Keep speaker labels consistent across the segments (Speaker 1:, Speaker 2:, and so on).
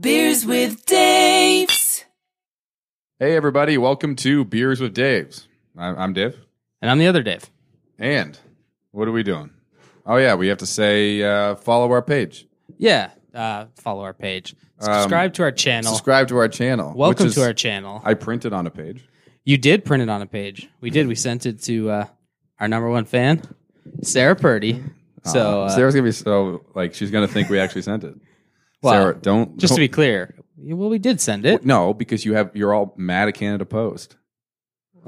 Speaker 1: Beers with Daves.
Speaker 2: Hey, everybody. Welcome to Beers with Dave's. I'm, I'm Dave.
Speaker 3: And I'm the other Dave.
Speaker 2: And what are we doing? Oh, yeah. We have to say uh, follow our page,
Speaker 3: Yeah. Uh, follow our page.
Speaker 2: Um,
Speaker 3: Subscribe to our channel.
Speaker 2: subscribe to our channel. which
Speaker 3: Welcome
Speaker 2: is-
Speaker 3: to our channel.
Speaker 2: I printed on a page.
Speaker 3: you did print it on a page. We did. We sent it to uh, our number one fan, Sarah Purdy. So, uh,
Speaker 2: Sarah's going to be so, like, she's going to think we actually sent it.
Speaker 3: Well,
Speaker 2: Sarah, don't.
Speaker 3: just to
Speaker 2: don't-
Speaker 3: be clear, well, we did send it.
Speaker 2: No, because you have, you're all mad at Canada Post.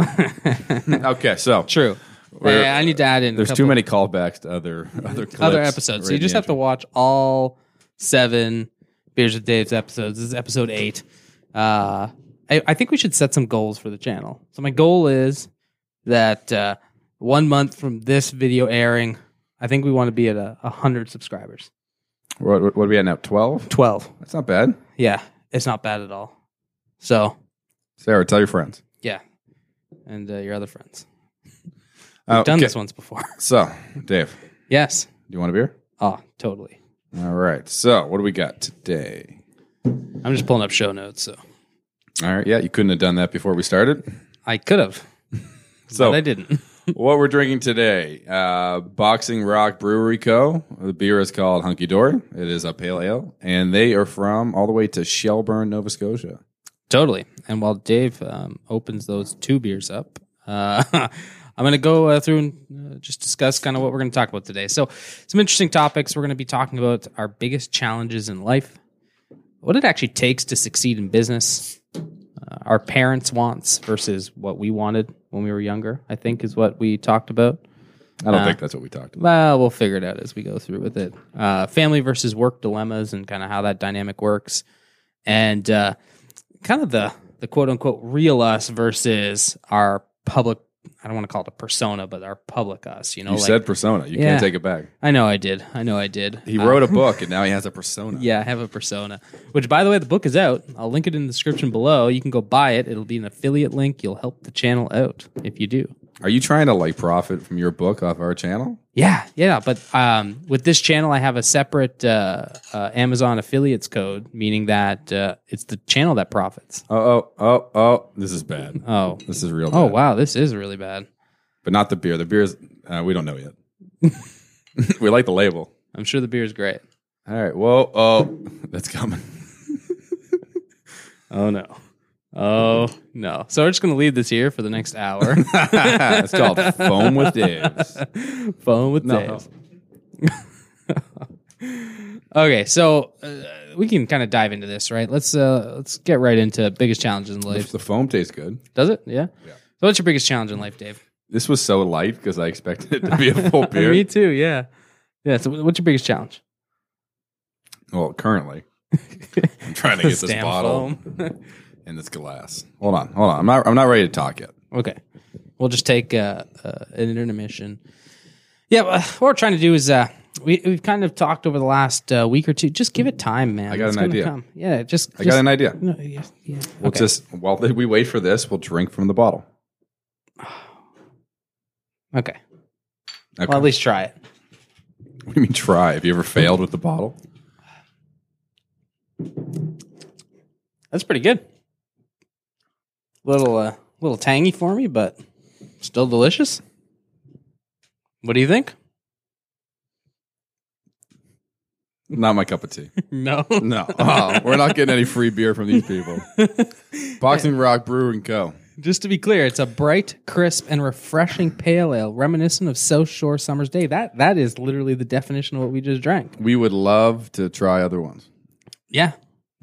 Speaker 2: okay. So
Speaker 3: True.
Speaker 2: We're-
Speaker 3: Hey, I need to add in. a
Speaker 2: there's
Speaker 3: couple
Speaker 2: too many callbacks to other, other, clips
Speaker 3: other episodes. So you
Speaker 2: right
Speaker 3: just
Speaker 2: in
Speaker 3: have to watch all seven Beers with Dave's episodes. This is episode eight. Uh, I, I think we should set some goals for the channel. So my goal is that uh, one month from this video airing, I think we want to be at a, a hundred subscribers.
Speaker 2: the- What, what are we at now? 12?
Speaker 3: Twelve.
Speaker 2: That's not bad.
Speaker 3: Yeah, it's not bad at all. So
Speaker 2: Sarah, tell your friends.
Speaker 3: yeah, and uh, your other friends.
Speaker 2: Uh,
Speaker 3: Done
Speaker 2: okay.
Speaker 3: this once before.
Speaker 2: So, Dave, do
Speaker 3: yes.
Speaker 2: you want a beer?
Speaker 3: Oh, totally.
Speaker 2: All right. So, what do we got today?
Speaker 3: I'm just pulling up show notes, so
Speaker 2: All right. Yeah, you couldn't have done that before we started.
Speaker 3: I could have,
Speaker 2: So, Oh.
Speaker 3: but I didn't.
Speaker 2: what we're drinking today uh, Boxing Rock Brewery Co. The beer is called Hunky Dory. It is a pale ale, and they are from all the way to Shelburne, Nova Scotia.
Speaker 3: Totally. And while Dave um, opens those two beers up, uh, I'm going to go uh, through and uh, just discuss kind of what we're going to talk about today. So, some interesting topics. We're going to be talking about our biggest challenges in life, what it actually takes to succeed in business, uh, our parents' wants versus what we wanted when we were younger, I think is what we talked about.
Speaker 2: I don't think that's what we talked about.
Speaker 3: Uh, Well, we'll figure it out as we go through with it. Uh, family versus work dilemmas and kind of how that dynamic works, and uh, kind of the the quote unquote real us versus our public. I don't want to call it a persona, but our public us. You know,
Speaker 2: You said persona. You
Speaker 3: Yeah.
Speaker 2: can't take it back.
Speaker 3: I know I did. I know I did.
Speaker 2: He
Speaker 3: Uh,
Speaker 2: wrote a book, and now he has a persona.
Speaker 3: yeah, I have a persona. Which, by the way, the book is out. I'll link it in the description below. You can go buy it. It'll be an affiliate link. You'll help the channel out if you do.
Speaker 2: Are you trying to like profit from your book off our channel?
Speaker 3: Yeah, yeah, but um, with this channel, I have a separate uh, uh, Amazon affiliates code, meaning that uh, it's the channel that profits.
Speaker 2: Oh, oh, oh, oh. This is bad.
Speaker 3: Oh,
Speaker 2: This is real bad.
Speaker 3: oh, wow, this is really bad.
Speaker 2: but not the beer. The beer is uh, we don't know yet. we like the label.
Speaker 3: I'm sure the beer is great.
Speaker 2: All right. Whoa. Oh, that's coming.
Speaker 3: Oh no, oh no. So we're just gonna leave this here for the next hour.
Speaker 2: it's called foam with Dave's.
Speaker 3: Phone with
Speaker 2: No.
Speaker 3: Dave. Okay, so uh, we can kind of dive into this, right? Let's uh, let's get right into biggest challenges in life.
Speaker 2: The foam tastes good.
Speaker 3: Does it? Yeah. yeah. So what's your biggest challenge in life, Dave?
Speaker 2: This was so light because I expected it to be a full beer.
Speaker 3: Me too. Yeah. Yeah. So, what's your biggest challenge?
Speaker 2: well, currently, I'm trying to get this
Speaker 3: Damn
Speaker 2: bottle
Speaker 3: foam.
Speaker 2: and this glass. Hold on, hold on. I'm not. I'm not ready to talk yet.
Speaker 3: okay. We'll just take uh, uh, an intermission. Yeah. well, What we're trying to do is uh, we we've kind of talked over the last uh, week or two. Just give it time, man.
Speaker 2: I got an
Speaker 3: gonna
Speaker 2: idea.
Speaker 3: Come. Yeah. Just.
Speaker 2: I got an idea.
Speaker 3: No, yeah, yeah.
Speaker 2: We'll
Speaker 3: okay.
Speaker 2: just while we wait for this, we'll drink from the bottle.
Speaker 3: okay.
Speaker 2: Okay.
Speaker 3: Well, at least try it.
Speaker 2: what do you mean try? Have you ever failed with the bottle?
Speaker 3: That's pretty good. Little uh, little tangy for me, but still delicious. What do you think?
Speaker 2: Not my cup of tea.
Speaker 3: No.
Speaker 2: No, Oh, we're not getting any free beer from these people. Boxing Rock Brewing Co.
Speaker 3: Just to be clear, it's a bright, crisp, and refreshing pale ale, reminiscent of South Shore Summer's Day. That that is literally the definition of what we just drank.
Speaker 2: We would love to try other ones.
Speaker 3: Yeah,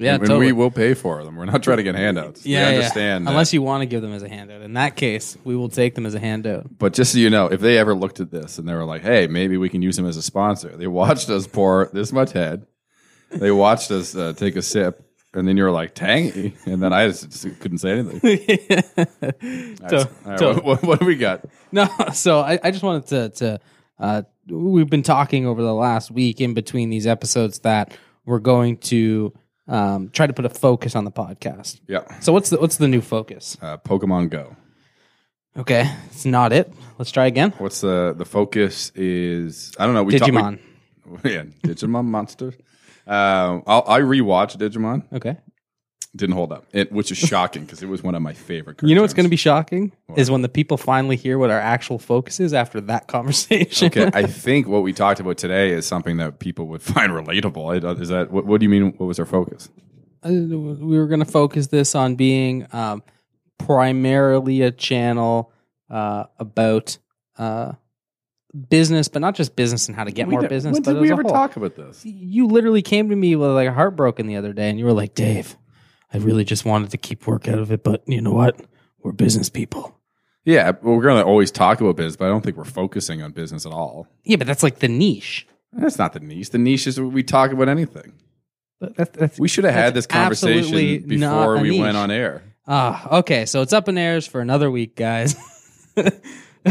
Speaker 3: yeah,
Speaker 2: and we will pay for them. We're not trying to get handouts. we
Speaker 3: yeah, yeah.
Speaker 2: understand. that.
Speaker 3: Unless you want to give them as a handout, in that case, we will take them as a handout.
Speaker 2: but just so you know, if they ever looked at this and they were like, "Hey, maybe we can use them as a sponsor," they watched us pour this much head. They watched us uh, take a sip, and then you were like, "Tangy," and then I just, just couldn't say anything.
Speaker 3: So-
Speaker 2: All right,
Speaker 3: so-
Speaker 2: what, what, what do we got?
Speaker 3: No, so I, I just wanted to to uh, we've been talking over the last week in between these episodes that we're going to um, try to put a focus on the podcast.
Speaker 2: Yeah,
Speaker 3: So what's the what's the new focus?
Speaker 2: uh, Pokemon Go.
Speaker 3: Okay, it's not it. Let's try again.
Speaker 2: What's the the focus? Is I don't know. We ta- we-
Speaker 3: Digimon.
Speaker 2: Yeah, Digimon monsters. Um, I'll, I rewatched Digimon.
Speaker 3: Okay.
Speaker 2: Didn't hold up, it, which is shocking because it was one of my favorite. Cartoons.
Speaker 3: You know what's going to be shocking
Speaker 2: What?
Speaker 3: is when the people finally hear what our actual focus is after that conversation.
Speaker 2: okay, I think what we talked about today is something that people would find relatable. I don't- Is that what, what do you mean? What was our focus?
Speaker 3: Uh, we were going to focus this on being um, primarily a channel uh, about uh, business, but not just business and how to get more
Speaker 2: We did-
Speaker 3: business.
Speaker 2: When
Speaker 3: but
Speaker 2: did
Speaker 3: as
Speaker 2: we
Speaker 3: a
Speaker 2: ever
Speaker 3: whole.
Speaker 2: talk about this?
Speaker 3: You literally came to me with like heartbroken the other day, and you were like, "Dave, I really just wanted to keep work out of it, but you know what? We're business people."
Speaker 2: Yeah, well, we're going to always talk about business, but I don't think we're focusing on business at all.
Speaker 3: Yeah, but that's like the niche.
Speaker 2: That's not the niche. The niche is we talk about anything.
Speaker 3: That's, that's
Speaker 2: We should have had this
Speaker 3: That's
Speaker 2: conversation
Speaker 3: absolutely not
Speaker 2: before
Speaker 3: a
Speaker 2: we
Speaker 3: niche.
Speaker 2: went on air.
Speaker 3: Ah, okay. So it's up in airs for another week, guys.
Speaker 2: right.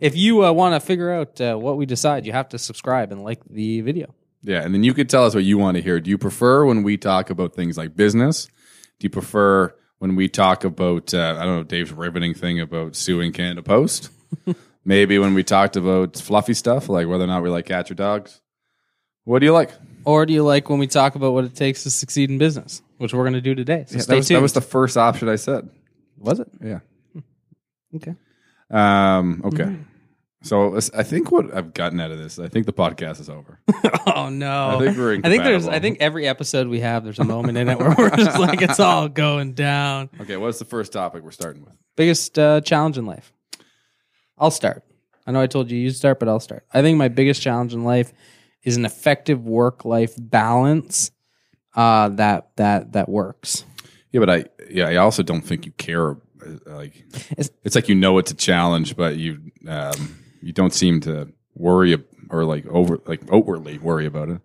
Speaker 3: if you uh, want to figure out uh, what we decide, you have to subscribe and like the video.
Speaker 2: Yeah, and then you could tell us what you want to hear. Do you prefer when we talk about things like business? Do you prefer when we talk about uh, I don't know Dave's riveting thing about suing Canada Post? Maybe when we talked about fluffy stuff like whether or not we like cats or dogs. What do you like?
Speaker 3: Or do you like when we talk about what it takes to succeed in business, which we're going to do today? So
Speaker 2: Yeah,
Speaker 3: stay
Speaker 2: that, was,
Speaker 3: tuned.
Speaker 2: that was the first option I said.
Speaker 3: Was it?
Speaker 2: Yeah.
Speaker 3: Okay.
Speaker 2: Um, okay.
Speaker 3: Mm-hmm.
Speaker 2: So let's- I think what I've gotten out of this, I think the podcast is over.
Speaker 3: Oh no!
Speaker 2: I think we're
Speaker 3: I think there's. I
Speaker 2: incompatible.
Speaker 3: think every episode we have, there's a moment in it where we're just like, it's all going down.
Speaker 2: okay, what's the first topic we're starting with?
Speaker 3: Biggest uh, challenge in life. I'll start. I know I told you you start, but I'll start. I think my biggest challenge in life is an effective work life balance uh, that that that works.
Speaker 2: Yeah, but I yeah, I also don't think you care. uh, Like
Speaker 3: It's-
Speaker 2: it's, like you know it's a challenge, but you um, you don't seem to worry ab- or like over like outwardly worry about it.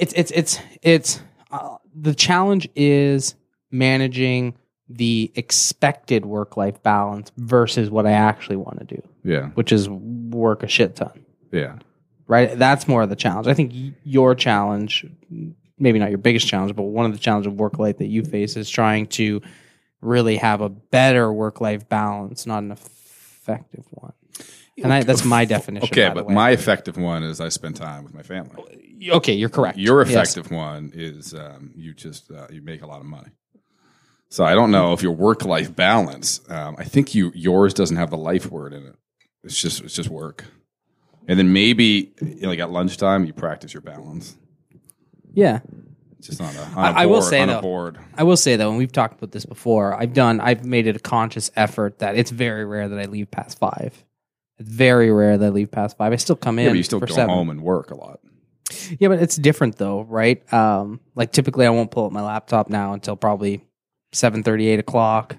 Speaker 3: it's it's it's it's uh, the challenge is managing the expected work life balance versus what I actually want to do,
Speaker 2: Yeah,
Speaker 3: which is work a shit ton.
Speaker 2: yeah,
Speaker 3: Right? That's more of the challenge. I think y- your challenge, maybe not your biggest challenge, but one of the challenges of work life that you face is trying to really have a better work life balance, not an effective one. And I, that's my definition.
Speaker 2: okay.
Speaker 3: uh, by the
Speaker 2: But
Speaker 3: way.
Speaker 2: my effective one is I spend time with my family.
Speaker 3: okay, you're correct.
Speaker 2: Your
Speaker 3: Yes.
Speaker 2: effective one is um, you just uh, you make a lot of money. So I don't know if your work life balance. Um, I think you yours doesn't have the life word in it. It's just it's just work. And then maybe like at lunchtime you practice your balance.
Speaker 3: Yeah.
Speaker 2: just on a, on
Speaker 3: I-
Speaker 2: a
Speaker 3: I will
Speaker 2: board-
Speaker 3: say,
Speaker 2: on
Speaker 3: though-
Speaker 2: a board.
Speaker 3: I will say though, and we've talked about this before, I've done I've made it a conscious effort that it's very rare that I leave past five. It's very rare that I leave past five. I still come in.
Speaker 2: Yeah, but you still
Speaker 3: for
Speaker 2: go
Speaker 3: seven.
Speaker 2: home and work a lot.
Speaker 3: Yeah, but it's different though, right? Um, like typically I won't pull up my laptop now until probably seven thirty, eight o'clock.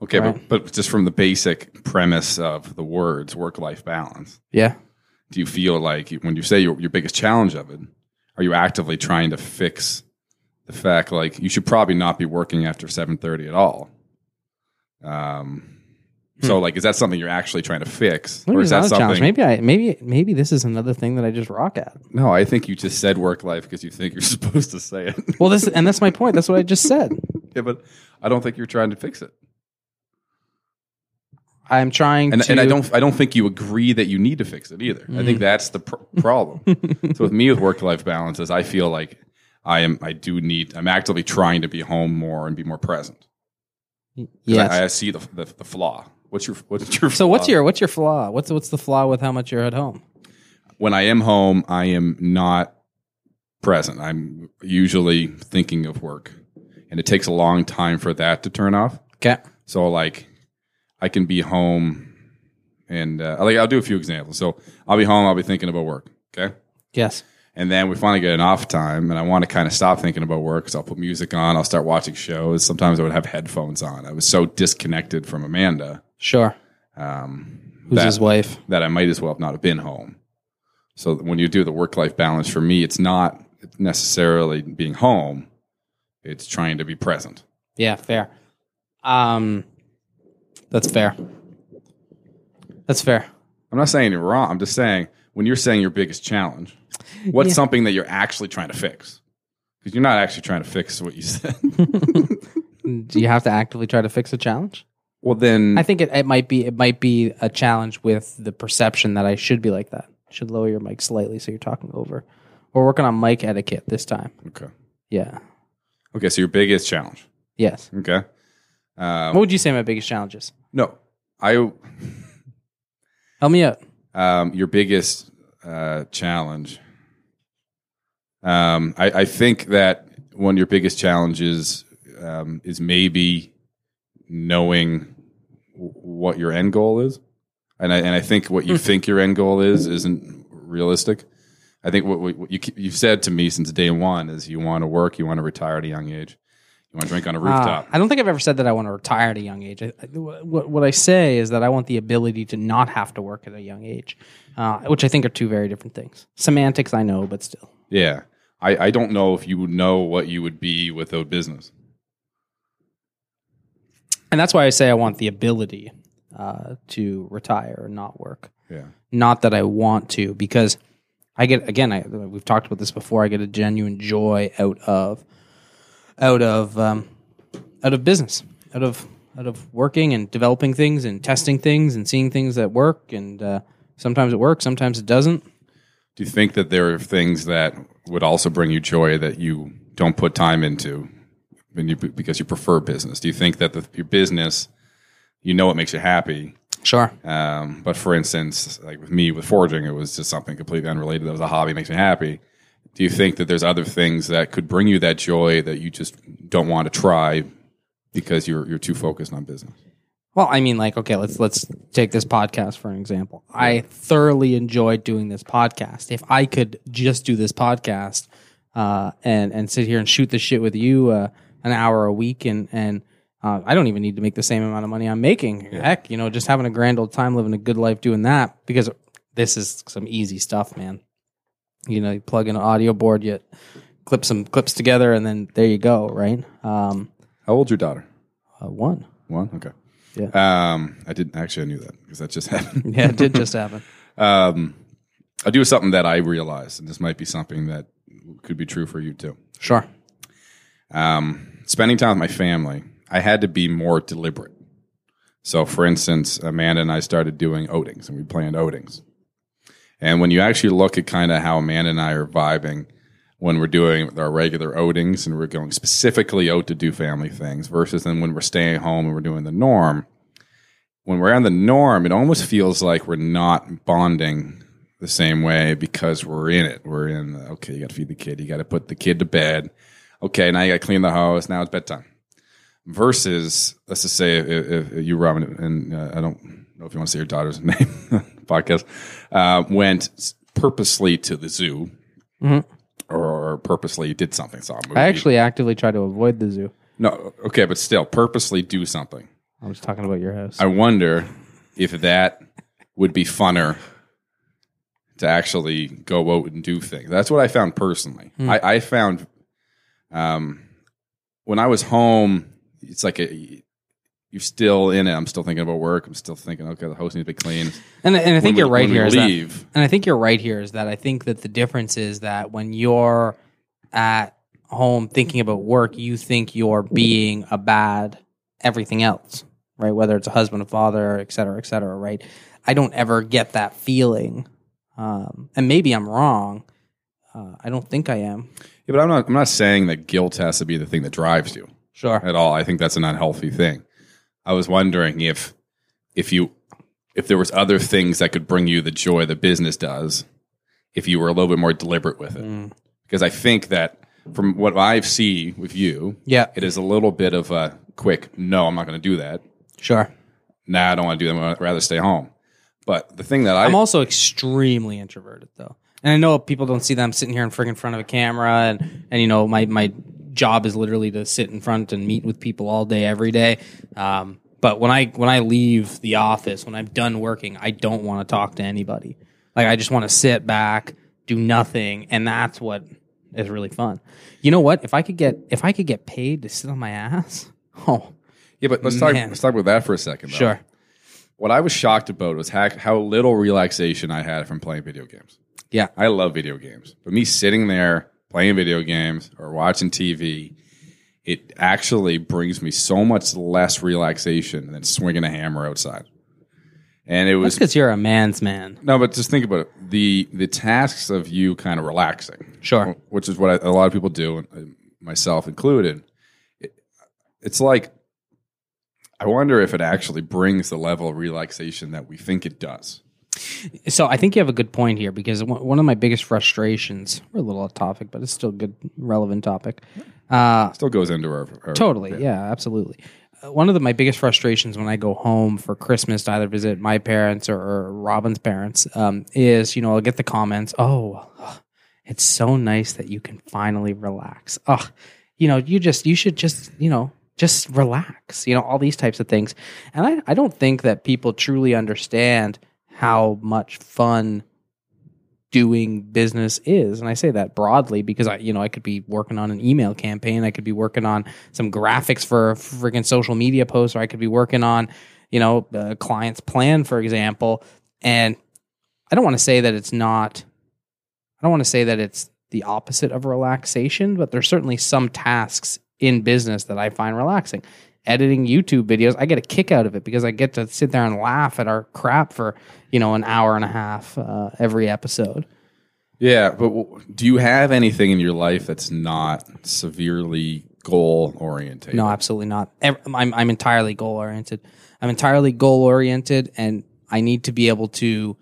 Speaker 2: Okay,
Speaker 3: Right.
Speaker 2: but, but just from the basic premise of the words work life balance,
Speaker 3: Yeah.
Speaker 2: do you feel like you- when you say your, your biggest challenge of it, are you actively trying to fix the fact like you should probably not be working after seven thirty at all? Um,
Speaker 3: Hmm.
Speaker 2: so like, is that something you're actually trying to fix,
Speaker 3: Maybe
Speaker 2: is
Speaker 3: it's
Speaker 2: that
Speaker 3: another challenge. Maybe I maybe maybe this is another thing that I just rock at.
Speaker 2: No, I think you just said work life because you think you're supposed to say it.
Speaker 3: Well this and that's my point. That's what I just said.
Speaker 2: yeah, but I don't think you're trying to fix it.
Speaker 3: I'm trying
Speaker 2: and,
Speaker 3: to Mm.
Speaker 2: and I don't I don't think you agree that you need to fix it either. I think that's the pr- problem. so with me with work life balance is I feel like I am I do need I'm actively trying to be home more and be more present. 'Cause
Speaker 3: yes.
Speaker 2: I, I see the, the the flaw. What's your what's your
Speaker 3: so what's
Speaker 2: flaw?
Speaker 3: your what's your flaw? What's what's the flaw with how much you're at home?
Speaker 2: when I am home I am not present. I'm usually thinking of work, and it takes a long time for that to turn off.
Speaker 3: Okay.
Speaker 2: So like, I can be home, and uh, like I'll do a few examples. So I'll be home. I'll be thinking about work. Okay.
Speaker 3: Yes.
Speaker 2: And then we finally get an off time, and I want to kind of stop thinking about work. So I'll put music on. I'll start watching shows. Sometimes I would have headphones on. I was so disconnected from Amanda
Speaker 3: Sure.
Speaker 2: um,
Speaker 3: Who's
Speaker 2: that,
Speaker 3: his wife?
Speaker 2: that I might as well have not have been home. So when you do the work life balance, for me, it's not necessarily being home; it's trying to be present.
Speaker 3: Yeah, fair. Um, that's fair. That's fair.
Speaker 2: I'm not saying you're wrong. I'm just saying when you're saying your biggest challenge, what's something that you're actually trying to fix? Because you're not actually trying to fix what you said.
Speaker 3: Do you have to actively try to fix a challenge?
Speaker 2: well, then
Speaker 3: I think it, it might be it might be a challenge with the perception that I should be like that. Should lower your mic slightly so you're talking over We're working on mic etiquette this time.
Speaker 2: Okay.
Speaker 3: Yeah.
Speaker 2: Okay. So your biggest challenge.
Speaker 3: Yes.
Speaker 2: Okay. Um,
Speaker 3: What would you say my biggest challenge is?
Speaker 2: no, I.
Speaker 3: Help me out.
Speaker 2: Um, your biggest uh, challenge. Um, I, I think that one of your biggest challenges um, is maybe knowing w- what your end goal is, and I and I think what you think your end goal is isn't realistic. I think what, what you keep- you've said to me since day one is you want to work, you want to retire at a young age, you want to drink on a rooftop.
Speaker 3: Ah, I don't think I've ever said that I want to retire at a young age. I, I- what, what I say is that I want the ability to not have to work at a young age, uh, which I think are two very different things. Semantics, I know, but still.
Speaker 2: Yeah. I, I don't know if you would know what you would be without business.
Speaker 3: And that's why I say I want the ability uh, to retire and not work.
Speaker 2: Yeah.
Speaker 3: Not that I want to, because I get again. I, we've talked about this before. I get a genuine joy out of out of um, out of business, out of out of working and developing things and testing things and seeing things that work. And uh, sometimes it works, sometimes it doesn't.
Speaker 2: Do you think that there are things that would also bring you joy that you don't put time into when you, because you prefer business? Do you think that the, your business, you know what makes you happy?
Speaker 3: Sure.
Speaker 2: Um, but for instance, like with me with forging, it was just something completely unrelated. That was a hobby, makes me happy. Do you think that there's other things that could bring you that joy that you just don't want to try because you're you're too focused on business?
Speaker 3: Well, I mean, like, okay, let's let's take this podcast for an example. I thoroughly enjoyed doing this podcast. If I could just do this podcast uh, and and sit here and shoot the shit with you uh, an hour a week, and and uh, I don't even need to make the same amount of money I'm making. Heck, you know, just having a grand old time, living a good life, doing that because this is some easy stuff, man. You know, you plug in an audio board, you clip some clips together, and then there you go, right? Um,
Speaker 2: How old's your daughter?
Speaker 3: uh, one,
Speaker 2: One. Okay.
Speaker 3: Yeah.
Speaker 2: Um, I didn't actually. I knew that because that just happened.
Speaker 3: yeah, it did just happen.
Speaker 2: Um, I do something that I realized, and this might be something that could be true for you too.
Speaker 3: Sure.
Speaker 2: Um, spending time with my family, I had to be more deliberate. So, for instance, Amanda and I started doing outings, and we planned outings. And when you actually look at kind of how Amanda and I are vibing when we're doing our regular outings and we're going specifically out to do family things versus then when we're staying home and we're doing the norm, when we're on the norm, it almost feels like we're not bonding the same way because we're in it. We're in, okay, you got to feed the kid, you got to put the kid to bed. Okay, now you got to clean the house, now it's bedtime. Versus, let's just say, if, if you, Robin, and uh, I don't know if you want to say your daughter's name, podcast, uh, went s- purposely to the zoo. Or purposely did something. Saw a movie.
Speaker 3: Mm-hmm. I actually actively try to avoid the zoo.
Speaker 2: no, okay, but still purposely do something.
Speaker 3: I was talking about your house.
Speaker 2: I wonder if that would be funner to actually go out and do things. That's what I found personally.
Speaker 3: Hmm.
Speaker 2: I, I found um, when I was home, it's like a you're still in it. I'm still thinking about work. I'm still thinking, okay, the house needs to be clean.
Speaker 3: and, and I think you're right here. is that-
Speaker 2: Leave.
Speaker 3: and I think you're right here is that I think that the difference is that when you're at home thinking about work, you think you're being a bad everything else, right? Whether it's a husband, a father, et cetera, et cetera, right? I don't ever get that feeling. Um, and maybe I'm wrong. Uh, I don't think I am.
Speaker 2: Yeah, but I'm not. I'm not saying that guilt has to be the thing that drives you.
Speaker 3: Sure.
Speaker 2: at all. I think that's an unhealthy thing. I was wondering if if you if there was other things that could bring you the joy that business does if you were a little bit more deliberate with it.
Speaker 3: Mm.
Speaker 2: Because I think that from what I see with you,
Speaker 3: Yeah.
Speaker 2: it is a little bit of a quick no, I'm not going to do that.
Speaker 3: Sure.
Speaker 2: Nah, I don't want to do that. I'd rather stay home. But the thing that I
Speaker 3: I'm also extremely introverted though. And I know people don't see that I'm sitting here in friggin' front of a camera and, and you know, my, my job is literally to sit in front and meet with people all day, every day. Um, but when I when I leave the office, when I'm done working, I don't want to talk to anybody. Like I just want to sit back, do nothing, and that's what is really fun. You know what? If I could get if I could get paid to sit on my ass, oh
Speaker 2: yeah, but let's talk
Speaker 3: Man.
Speaker 2: let's talk about that for a second. though.
Speaker 3: sure.
Speaker 2: What I was shocked about was how, how little relaxation I had from playing video games.
Speaker 3: Yeah.
Speaker 2: I love video games, but me sitting there playing video games or watching TV, it actually brings me so much less relaxation than swinging a hammer outside. and it
Speaker 3: That's
Speaker 2: was
Speaker 3: because you're a man's man.
Speaker 2: no, but just think about it. The the tasks of you kind of relaxing,
Speaker 3: Sure.
Speaker 2: which is what I, a lot of people do, and uh, myself included. It- it's like I wonder if it actually brings the level of relaxation that we think it does.
Speaker 3: So I think you have a good point here because one one of my biggest frustrations, we're a little off topic, but it's still a good, relevant topic. Uh,
Speaker 2: Still goes into our, our
Speaker 3: totally. Yeah, absolutely. Uh, one of the, my biggest frustrations when I go home for Christmas to either visit my parents or, or Robin's parents um, is, you know, I'll get the comments, oh, it's so nice that you can finally relax. Ugh, you know, you just, you should just, you know, just relax, you know, all these types of things. And I, I don't think that people truly understand how much fun doing business is and i say that broadly because i you know i could be working on an email campaign i could be working on some graphics for a freaking social media post or i could be working on you know a client's plan for example and i don't want to say that it's not i don't want to say that it's the opposite of relaxation but there's certainly some tasks in business that i find relaxing editing youtube videos i get a kick out of it because i get to sit there and laugh at our crap for you know an hour and a half uh, every episode
Speaker 2: Yeah, but w- do you have anything in your life that's not severely goal oriented?
Speaker 3: No, absolutely not. Ev- I'm, I'm entirely goal oriented. I'm entirely goal oriented, and I need to be able to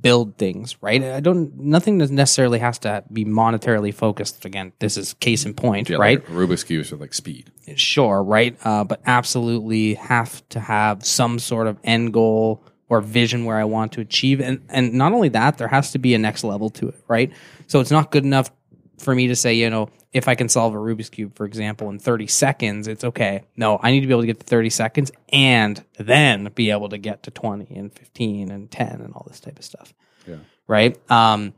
Speaker 3: build things. Right? I don't. Nothing that necessarily has to be monetarily focused. Again, this is case in point. right?
Speaker 2: Rubik's cubes with like speed.
Speaker 3: sure. Right? Uh, but absolutely have to have some sort of end goal or vision where I want to achieve, and and not only that, there has to be a next level to it. Right? So it's not good enough for me to say, you know, if I can solve a Rubik's Cube, for example, in 30 seconds, it's okay. No, I need to be able to get to 30 seconds and then be able to get to 20 and 15 and 10 and all this type of stuff.
Speaker 2: Yeah.
Speaker 3: Right. Um,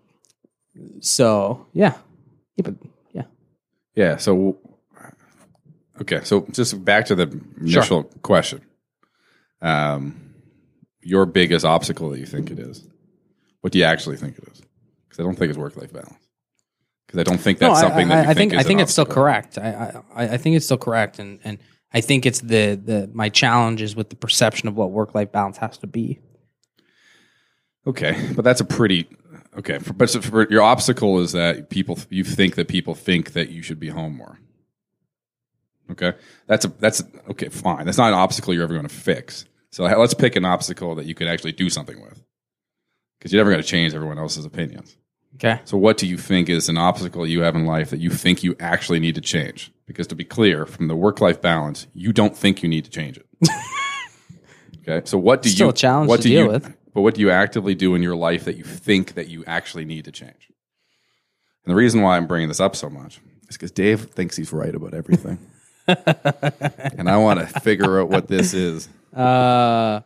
Speaker 3: so yeah. Yeah. But yeah.
Speaker 2: Yeah. So, okay. So just back to the initial question. Um, your biggest obstacle that you think it is. What do you actually think it is? Because I don't think it's work life balance. Because I don't think that's
Speaker 3: I-
Speaker 2: something
Speaker 3: I,
Speaker 2: that you
Speaker 3: I
Speaker 2: think.
Speaker 3: think, I
Speaker 2: is an
Speaker 3: think it's still
Speaker 2: obstacle.
Speaker 3: correct. I, I I think it's still correct, and and I think it's the the my challenge is with the perception of what work life balance has to be.
Speaker 2: Okay, but that's a pretty okay. For, but so for your obstacle is that people you think that people think that you should be home more. Okay, that's a that's okay. Fine, that's not an obstacle you're ever going to fix. So h- let's pick an obstacle that you can actually do something with, because you're never going to change everyone else's opinions.
Speaker 3: Okay.
Speaker 2: So what do you think is an obstacle you have in life that you think you actually need to change? Because to be clear, from the work life balance, you don't think you need to change it. okay. So what do
Speaker 3: Still
Speaker 2: you
Speaker 3: a challenge
Speaker 2: what
Speaker 3: to
Speaker 2: do
Speaker 3: deal
Speaker 2: you,
Speaker 3: with.
Speaker 2: But what do you actively do in your life that you think that you actually need to change? And the reason why I'm bringing this up so much is because Dave thinks he's right about everything, and I want to figure out what this is.
Speaker 3: Uh,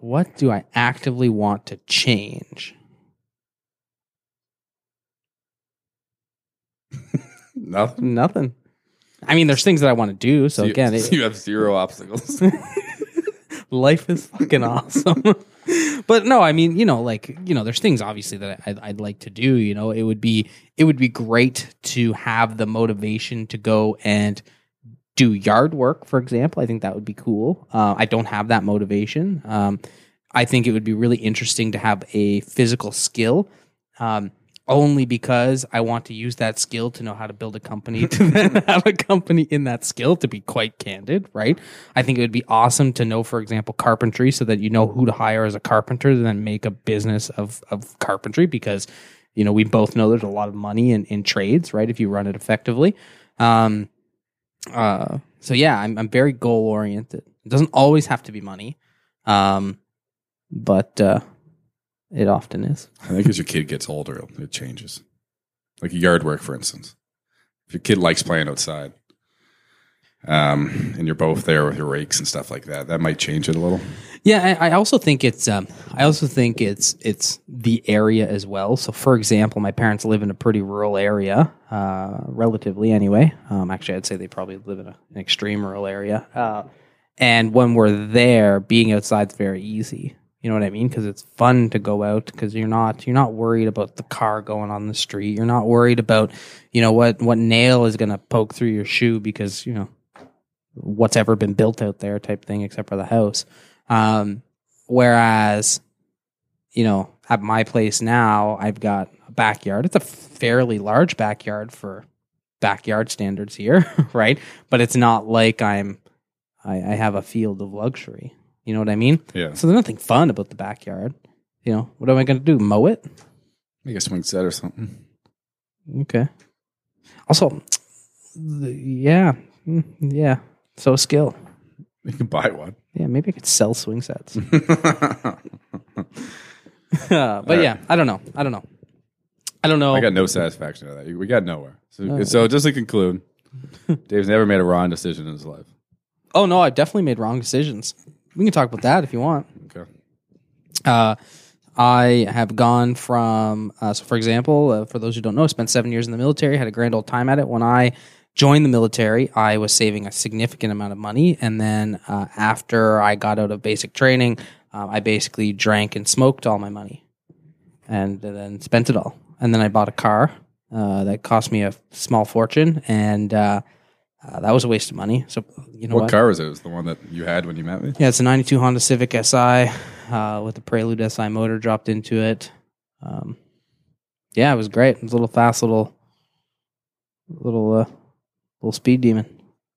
Speaker 3: what do I actively want to change?
Speaker 2: Nothing.
Speaker 3: Nothing. I mean, there's things that I want to do. So
Speaker 2: You-
Speaker 3: again, it,
Speaker 2: you have zero obstacles.
Speaker 3: life is fucking awesome. but no, I mean, you know, like you know, there's things obviously that I, I'd, I'd like to do. You know, it would be it would be great to have the motivation to go and do yard work, for example. I think that would be cool. Uh, I don't have that motivation. Um, I think it would be really interesting to have a physical skill. Um, only because I want to use that skill to know how to build a company, to then have a company in that skill, to be quite candid, right? I think it would be awesome to know, for example, carpentry so that you know who to hire as a carpenter and then make a business of, of carpentry because, you know, we both know there's a lot of money in, in trades, right? If you run it effectively. Um, uh, so yeah, I'm, I'm very goal oriented. It doesn't always have to be money, um, but uh, it often is.
Speaker 2: I think as your kid gets older, it changes. Like yard work, for instance. If your kid likes playing outside, um, and you're both there with your rakes and stuff like that, that might change it a little.
Speaker 3: Yeah, I, I also think it's um, I also think it's it's the area as well. So, for example, my parents live in a pretty rural area, uh, relatively anyway. Um, actually, I'd say they probably live in a, an extreme rural area. Uh, and when we're there, being outside's very easy. You know what I mean? Because it's fun to go out because you're not you're not worried about the car going on the street. You're not worried about you know what what nail is going to poke through your shoe because you know what's ever been built out there type thing except for the house um whereas you know, at my place now, I've got a backyard. It's a fairly large backyard for backyard standards here, right? But it's not like I'm I, I have a field of luxury. You know what I mean?
Speaker 2: Yeah.
Speaker 3: So there's nothing fun about the backyard. You know, what am I going to do? Mow it?
Speaker 2: Make a swing set or something.
Speaker 3: Okay. Also, the- yeah, Mm, yeah. So skill.
Speaker 2: You can buy one.
Speaker 3: Yeah, maybe I could sell swing sets. Uh, but yeah, I don't know. I don't know. I don't know.
Speaker 2: I got no satisfaction out of that. We got nowhere. So, so just to conclude, Dave's never made a wrong decision in his life.
Speaker 3: oh no, I definitely made wrong decisions. We can talk about that if you want.
Speaker 2: Okay.
Speaker 3: Uh, I have gone from, uh, so for example, uh, for those who don't know, I spent seven years in the military, had a grand old time at it. When I joined the military, I was saving a significant amount of money. And then uh, after I got out of basic training, uh, I basically drank and smoked all my money and then spent it all. And then I bought a car uh, that cost me a small fortune. And uh, uh, that was a waste of money. So, you know
Speaker 2: What,
Speaker 3: what?
Speaker 2: car was it? It was the one that you had when you met me?
Speaker 3: Yeah, it's a 92 Honda Civic SI uh, with the Prelude SI motor dropped into it. Um, yeah, it was great. It was a little fast, little, little, uh, little speed demon.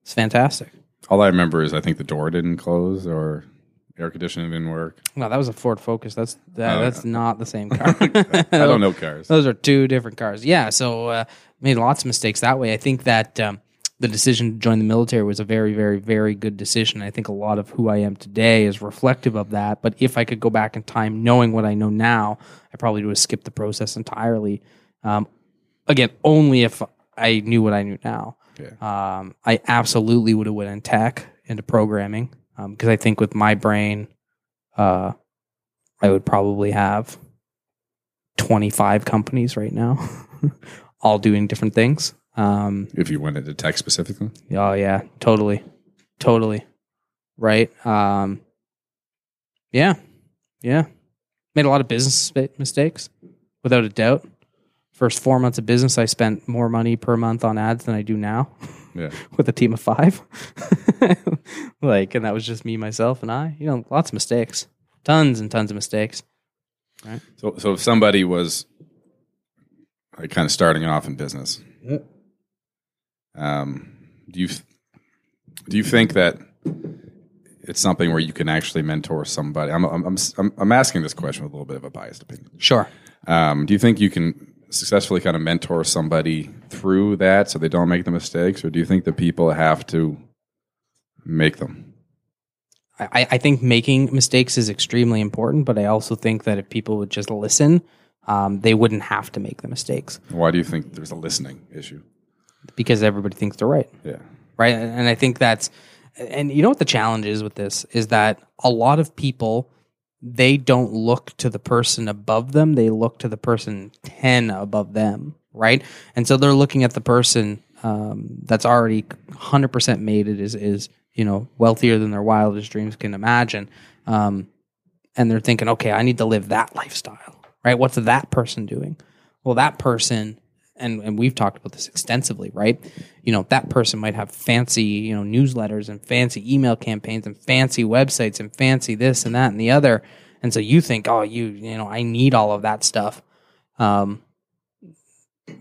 Speaker 3: It's fantastic.
Speaker 2: All I remember is I think the door didn't close or air conditioning didn't work.
Speaker 3: No, that was a Ford Focus. That's that,
Speaker 2: Oh, yeah.
Speaker 3: that's not the same car.
Speaker 2: I don't know cars.
Speaker 3: Those are two different cars. Yeah, so uh, made lots of mistakes that way. I think that um, the decision to join the military was a very, very, very good decision. I think a lot of who I am today is reflective of that. But if I could go back in time, knowing what I know now, I probably would have skipped the process entirely. Um, again, only if I knew what I knew now.
Speaker 2: Yeah.
Speaker 3: Um, I absolutely would have went in tech into programming because I think with my brain, uh, I would probably have 25 companies right now, all doing different things. Um,
Speaker 2: If you went into tech specifically,
Speaker 3: oh yeah, totally, totally, right. Um, yeah, yeah. Made a lot of business sp- mistakes, without a doubt. First four months of business, I spent more money per month on ads than I do now
Speaker 2: yeah,
Speaker 3: with a team of five. like, and that was just me, myself, and I. You know, lots of mistakes, tons and tons of mistakes.
Speaker 2: So, so if somebody was like kind of starting off in business, um, do you do you think that it's something where you can actually mentor somebody? I'm I'm I'm, I'm asking this question with a little bit of a biased opinion.
Speaker 3: Sure.
Speaker 2: Um, do you think you can successfully kind of mentor somebody through that so they don't make the mistakes, or do you think the people have to make them?
Speaker 3: I, I think making mistakes is extremely important, but I also think that if people would just listen, um, they wouldn't have to make the mistakes
Speaker 2: Why do you think there's a listening issue?
Speaker 3: because everybody thinks they're right.
Speaker 2: Yeah,
Speaker 3: right? And and I think that's, and you know what the challenge is with this is that a lot of people they don't look to the person above them; they look to the person ten above them, right? And so they're looking at the person um, that's already hundred percent made it is is you know wealthier than their wildest dreams can imagine, um, and they're thinking, okay, I need to live that lifestyle, right? What's that person doing? Well, that person and, and we've talked about this extensively, right? You know, that person might have fancy, you know, newsletters and fancy email campaigns and fancy websites and fancy this and that and the other. And so you think, oh, you, you know, I need all of that stuff. Um,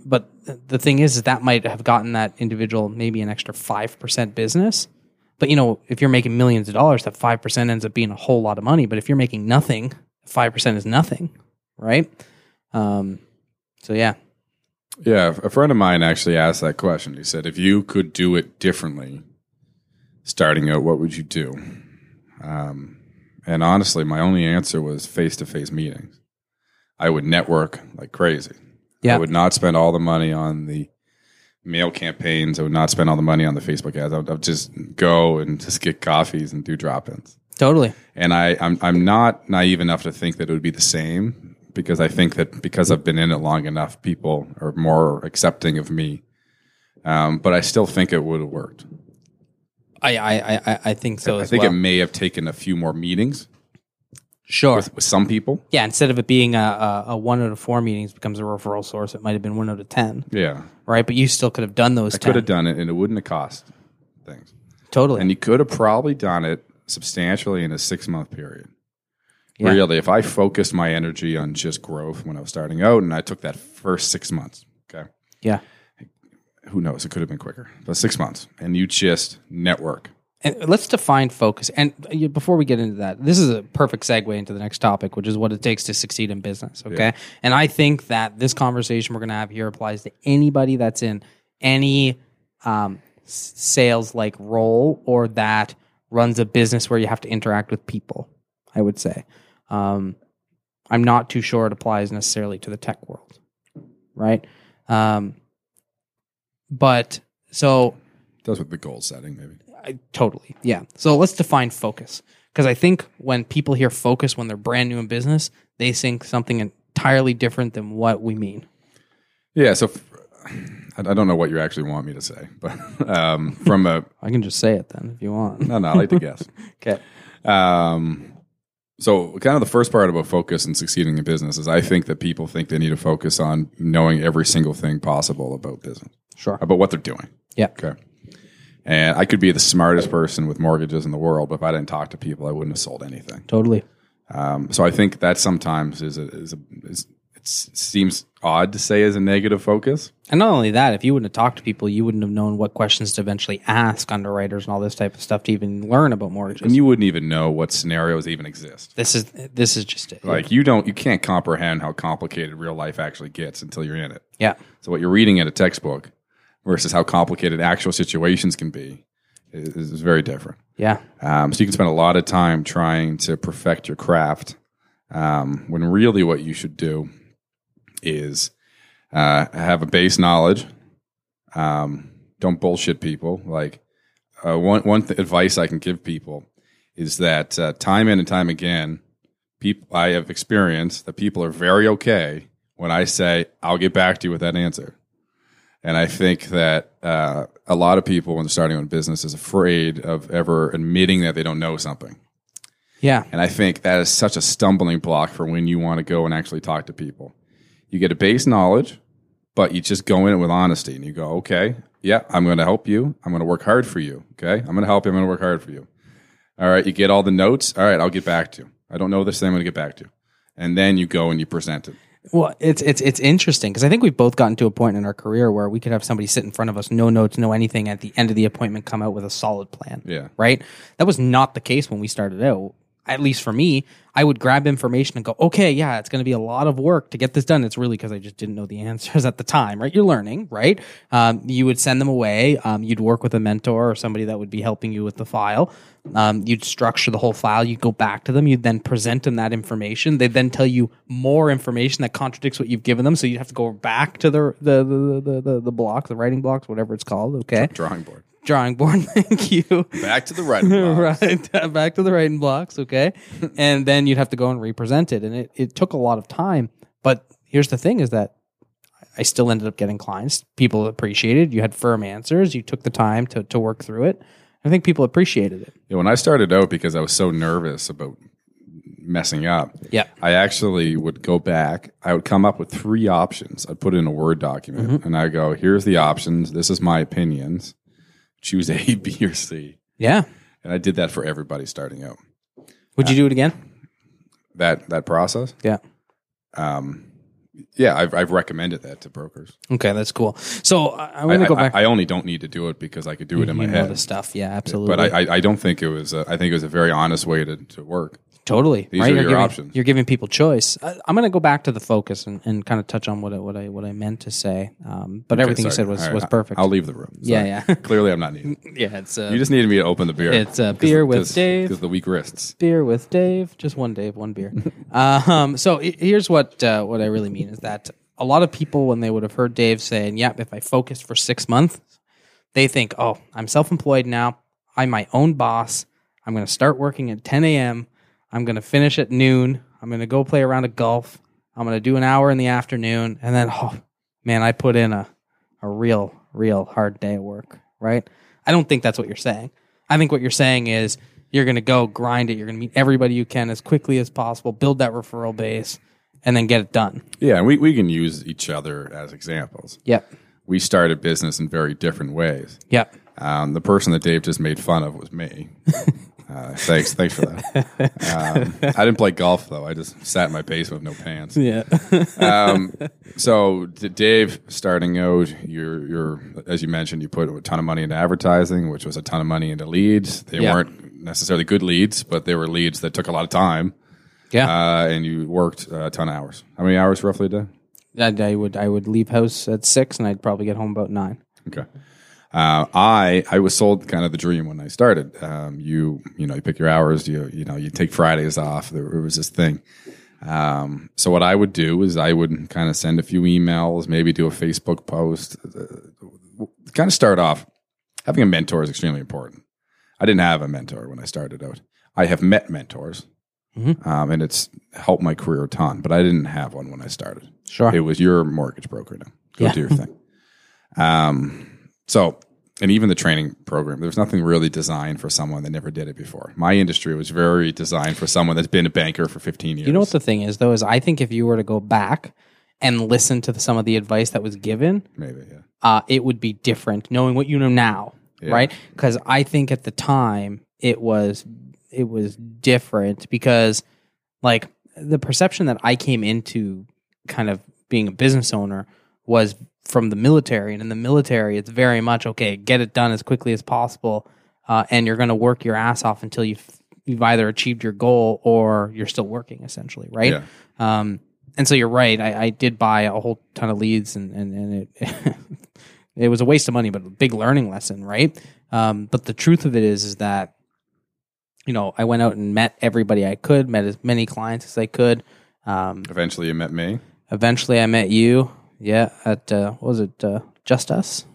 Speaker 3: but th- the thing is, is that might have gotten that individual maybe an extra 5% business. But, you know, if you're making millions of dollars, that 5% ends up being a whole lot of money. But if you're making nothing, 5% is nothing, right? Um, so, yeah.
Speaker 2: Yeah, a friend of mine actually asked that question. He said, "If you could do it differently, starting out, what would you do?" Um, and honestly, my only answer was face-to-face meetings. I would network like crazy.
Speaker 3: Yeah.
Speaker 2: I would not spend all the money on the mail campaigns. I would not spend all the money on the Facebook ads. I would, I would just go and just get coffees and do drop-ins.
Speaker 3: Totally.
Speaker 2: And I, I'm, I'm not naive enough to think that it would be the same because I think that because I've been in it long enough, people are more accepting of me. Um, but I still think it would have worked.
Speaker 3: I I I- I, I think so
Speaker 2: I
Speaker 3: as
Speaker 2: think
Speaker 3: well.
Speaker 2: it may have taken a few more meetings
Speaker 3: sure.
Speaker 2: with some people.
Speaker 3: yeah, instead of it being a, a, a one out of four meetings becomes a referral source, it might have been one out of ten,
Speaker 2: Yeah.
Speaker 3: right? But you still could have done those.
Speaker 2: Could
Speaker 3: 10.
Speaker 2: have done it and it wouldn't have cost things.
Speaker 3: totally.
Speaker 2: And you could have probably done it substantially in a six month period.
Speaker 3: Yeah.
Speaker 2: Really, if I focused my energy on just growth when I was starting out and I took that first six months, okay,
Speaker 3: Yeah.
Speaker 2: who knows? It could have been quicker, but six months, and you just network.
Speaker 3: And let's define focus. And uh, before we get into that, this is a perfect segue into the next topic, which is what it takes to succeed in business. Okay. And I think that this conversation we're going to have here applies to anybody that's in any um, sales like role or that runs a business where you have to interact with people, I would say. Um, I'm not too sure it applies necessarily to the tech world. Right. Um, but so
Speaker 2: That's what the goal setting, maybe.
Speaker 3: I, totally. Yeah. So let's define focus. Because I think when people hear focus when they're brand new in business, they think something entirely different than what we mean.
Speaker 2: Yeah. So f- I I don't know what you actually want me to say, but um, from a
Speaker 3: I can just say it then if you want.
Speaker 2: no, no, I like to guess.
Speaker 3: Okay.
Speaker 2: Um, so, kind of the first part about focus and succeeding in business is I think that people think they need to focus on knowing every single thing possible about business,
Speaker 3: Sure.
Speaker 2: about what they're doing.
Speaker 3: Yeah.
Speaker 2: Okay. And I could be the smartest person with mortgages in the world, but if I didn't talk to people, I wouldn't have sold anything.
Speaker 3: Totally.
Speaker 2: Um, so I think that sometimes is a, is, a, is it seems odd to say is a negative focus.
Speaker 3: And not only that, if you wouldn't have talked to people, you wouldn't have known what questions to eventually ask underwriters and all this type of stuff to even learn about mortgages.
Speaker 2: And you wouldn't even know what scenarios even exist.
Speaker 3: this is this is just it.
Speaker 2: Like you don't, you can't comprehend how complicated real life actually gets until you're in it.
Speaker 3: yeah.
Speaker 2: So what you're reading in a textbook versus how complicated actual situations can be is, is very different.
Speaker 3: Yeah.
Speaker 2: Um, so you can spend a lot of time trying to perfect your craft um, when really what you should do is uh, have a base knowledge. Um, don't bullshit people. Like uh, one one th- advice I can give people is that uh, time in and time again, people I have experienced that people are very okay when I say I'll get back to you with that answer. And I think that uh, a lot of people, when they're starting on business, is afraid of ever admitting that they don't know something.
Speaker 3: Yeah.
Speaker 2: And I think that is such a stumbling block for when you want to go and actually talk to people. You get a base knowledge, but you just go in it with honesty and you go, okay, yeah, I'm going to help you. I'm going to work hard for you. Okay. I'm going to help you. I'm going to work hard for you. All right. You get all the notes. All right. I'll get back to you. I don't know this. Thing, I'm going to get back to you. And then you go and you present it.
Speaker 3: Well, it's it's it's interesting because I think we've both gotten to a point in our career where we could have somebody sit in front of us, no notes, no anything. At the end of the appointment, come out with a solid plan.
Speaker 2: Yeah.
Speaker 3: right. That was not the case when we started out. At least for me, I would grab information and go, okay, yeah, it's going to be a lot of work to get this done. It's really because I just didn't know the answers at the time, right? You're learning, right? Um, you would send them away. Um, you'd work with a mentor or somebody that would be helping you with the file. Um, you'd structure the whole file. You'd go back to them. You'd then present them that information. They'd then tell you more information that contradicts what you've given them. So you'd have to go back to the the the the, the, the block, the writing blocks, whatever it's called. Okay,
Speaker 2: Drawing board.
Speaker 3: drawing board. Thank you
Speaker 2: Back to the writing. block.
Speaker 3: right back to the writing blocks okay and then you'd have to go and represent it and it, it took a lot of time but here's the thing is that i still ended up getting clients people appreciated you had firm answers you took the time to, to work through it i think people appreciated it
Speaker 2: Yeah, when I started out, because I was so nervous about messing up,
Speaker 3: yeah
Speaker 2: I actually would go back. I would come up with three options. I'd put it in a Word document
Speaker 3: Mm-hmm.
Speaker 2: and I go, here's the options. This is my opinions. Choose A, B, or C.
Speaker 3: yeah
Speaker 2: And I did that for everybody starting out.
Speaker 3: would you do it again
Speaker 2: That that process,
Speaker 3: yeah
Speaker 2: um, yeah, I've, I've recommended that to brokers.
Speaker 3: okay that's cool so i, I
Speaker 2: I,
Speaker 3: want to go
Speaker 2: I-
Speaker 3: back
Speaker 2: I only don't need to do it because I could do it in my
Speaker 3: you know the
Speaker 2: head.
Speaker 3: stuff yeah absolutely
Speaker 2: But I, I, I don't think it was. A, I think it was a very honest way to, to work.
Speaker 3: Totally.
Speaker 2: These
Speaker 3: right?
Speaker 2: are
Speaker 3: you're
Speaker 2: your
Speaker 3: giving,
Speaker 2: options.
Speaker 3: You're giving people choice. I, I'm going to go back to the focus and, and kind of touch on what I, what I what I meant to say. Um, but everything you
Speaker 2: Sorry.
Speaker 3: said was,
Speaker 2: All right,
Speaker 3: was
Speaker 2: I-
Speaker 3: perfect.
Speaker 2: I'll leave the room.
Speaker 3: Yeah,
Speaker 2: Sorry.
Speaker 3: yeah.
Speaker 2: Clearly, I'm not needed.
Speaker 3: yeah, it's uh,
Speaker 2: You just needed me to open the beer.
Speaker 3: It's, uh, beer with Dave.
Speaker 2: Because the weak wrists.
Speaker 3: beer with Dave. Just one Dave, one beer. um, so i- here's what uh, what I really mean is that a lot of people when they would have heard Dave saying, "Yep, if I focus for six months, they think, oh, I'm self employed now. I'm my own boss. I'm going to start working at 10 a.m. I'm going to finish at noon. I'm going to go play a round of golf. I'm going to do an hour in the afternoon. And then, oh, man, I put in a, a real, real hard day at work, right? I don't think that's what you're saying. I think what you're saying is you're going to go grind it. You're going to meet everybody you can as quickly as possible, build that referral base, and then get it done.
Speaker 2: Yeah, and we, we can use each other as examples.
Speaker 3: Yep.
Speaker 2: We started business in very different ways.
Speaker 3: Yep.
Speaker 2: Um, the person that Dave just made fun of was me. Uh, thanks, thanks for that. Um, I didn't play golf though. I just sat in my basement with no pants.
Speaker 3: Yeah.
Speaker 2: Um, so D- Dave, starting out, you're you're as you mentioned, you put a ton of money into advertising, which was a ton of money into leads. They
Speaker 3: Yeah.
Speaker 2: weren't necessarily good leads, but they were leads that took a lot of time.
Speaker 3: yeah.
Speaker 2: Uh, and you worked a ton of hours. How many hours roughly a day?
Speaker 3: I'd- I would I would leave house at six and I'd probably get home about nine.
Speaker 2: Okay. Uh, I I was sold kind of the dream when I started. Um, you you know you pick your hours. You you know you take Fridays off. There was this thing. Um, so what I would do is I would kind of send a few emails, maybe do a Facebook post. uh, kind of start off. Having a mentor is extremely important. I didn't have a mentor when I started out. I have met mentors,
Speaker 3: Mhm.
Speaker 2: um, and it's helped my career a ton. But I didn't have one when I started.
Speaker 3: Sure.
Speaker 2: It was your mortgage broker now. Go
Speaker 3: Yeah.
Speaker 2: do your thing. Um, so, and even the training program, there's nothing really designed for someone that never did it before. My industry was very designed for someone that's been a banker for 15 years.
Speaker 3: You know what the thing is though is I think if you were to go back and listen to the, some of the advice that was given,
Speaker 2: Maybe, yeah.
Speaker 3: uh, it would be different knowing what you know now,
Speaker 2: Yeah.
Speaker 3: right? Because I think at the time it was it was different because like the perception that I came into kind of being a business owner was from the military, and in the military it's very much okay, get it done as quickly as possible, uh, and you're going to work your ass off until you've you've either achieved your goal or you're still working essentially, right?
Speaker 2: Yeah.
Speaker 3: Um, and so you're right. I, I did buy a whole ton of leads, and and, and it it was a waste of money, but a big learning lesson, right? Um, but the truth of it is, is that you know I went out and met everybody I could, met as many clients as I could. Um,
Speaker 2: Eventually, you met me.
Speaker 3: eventually, I met you. Yeah, at uh, what was it? Uh, Just Us,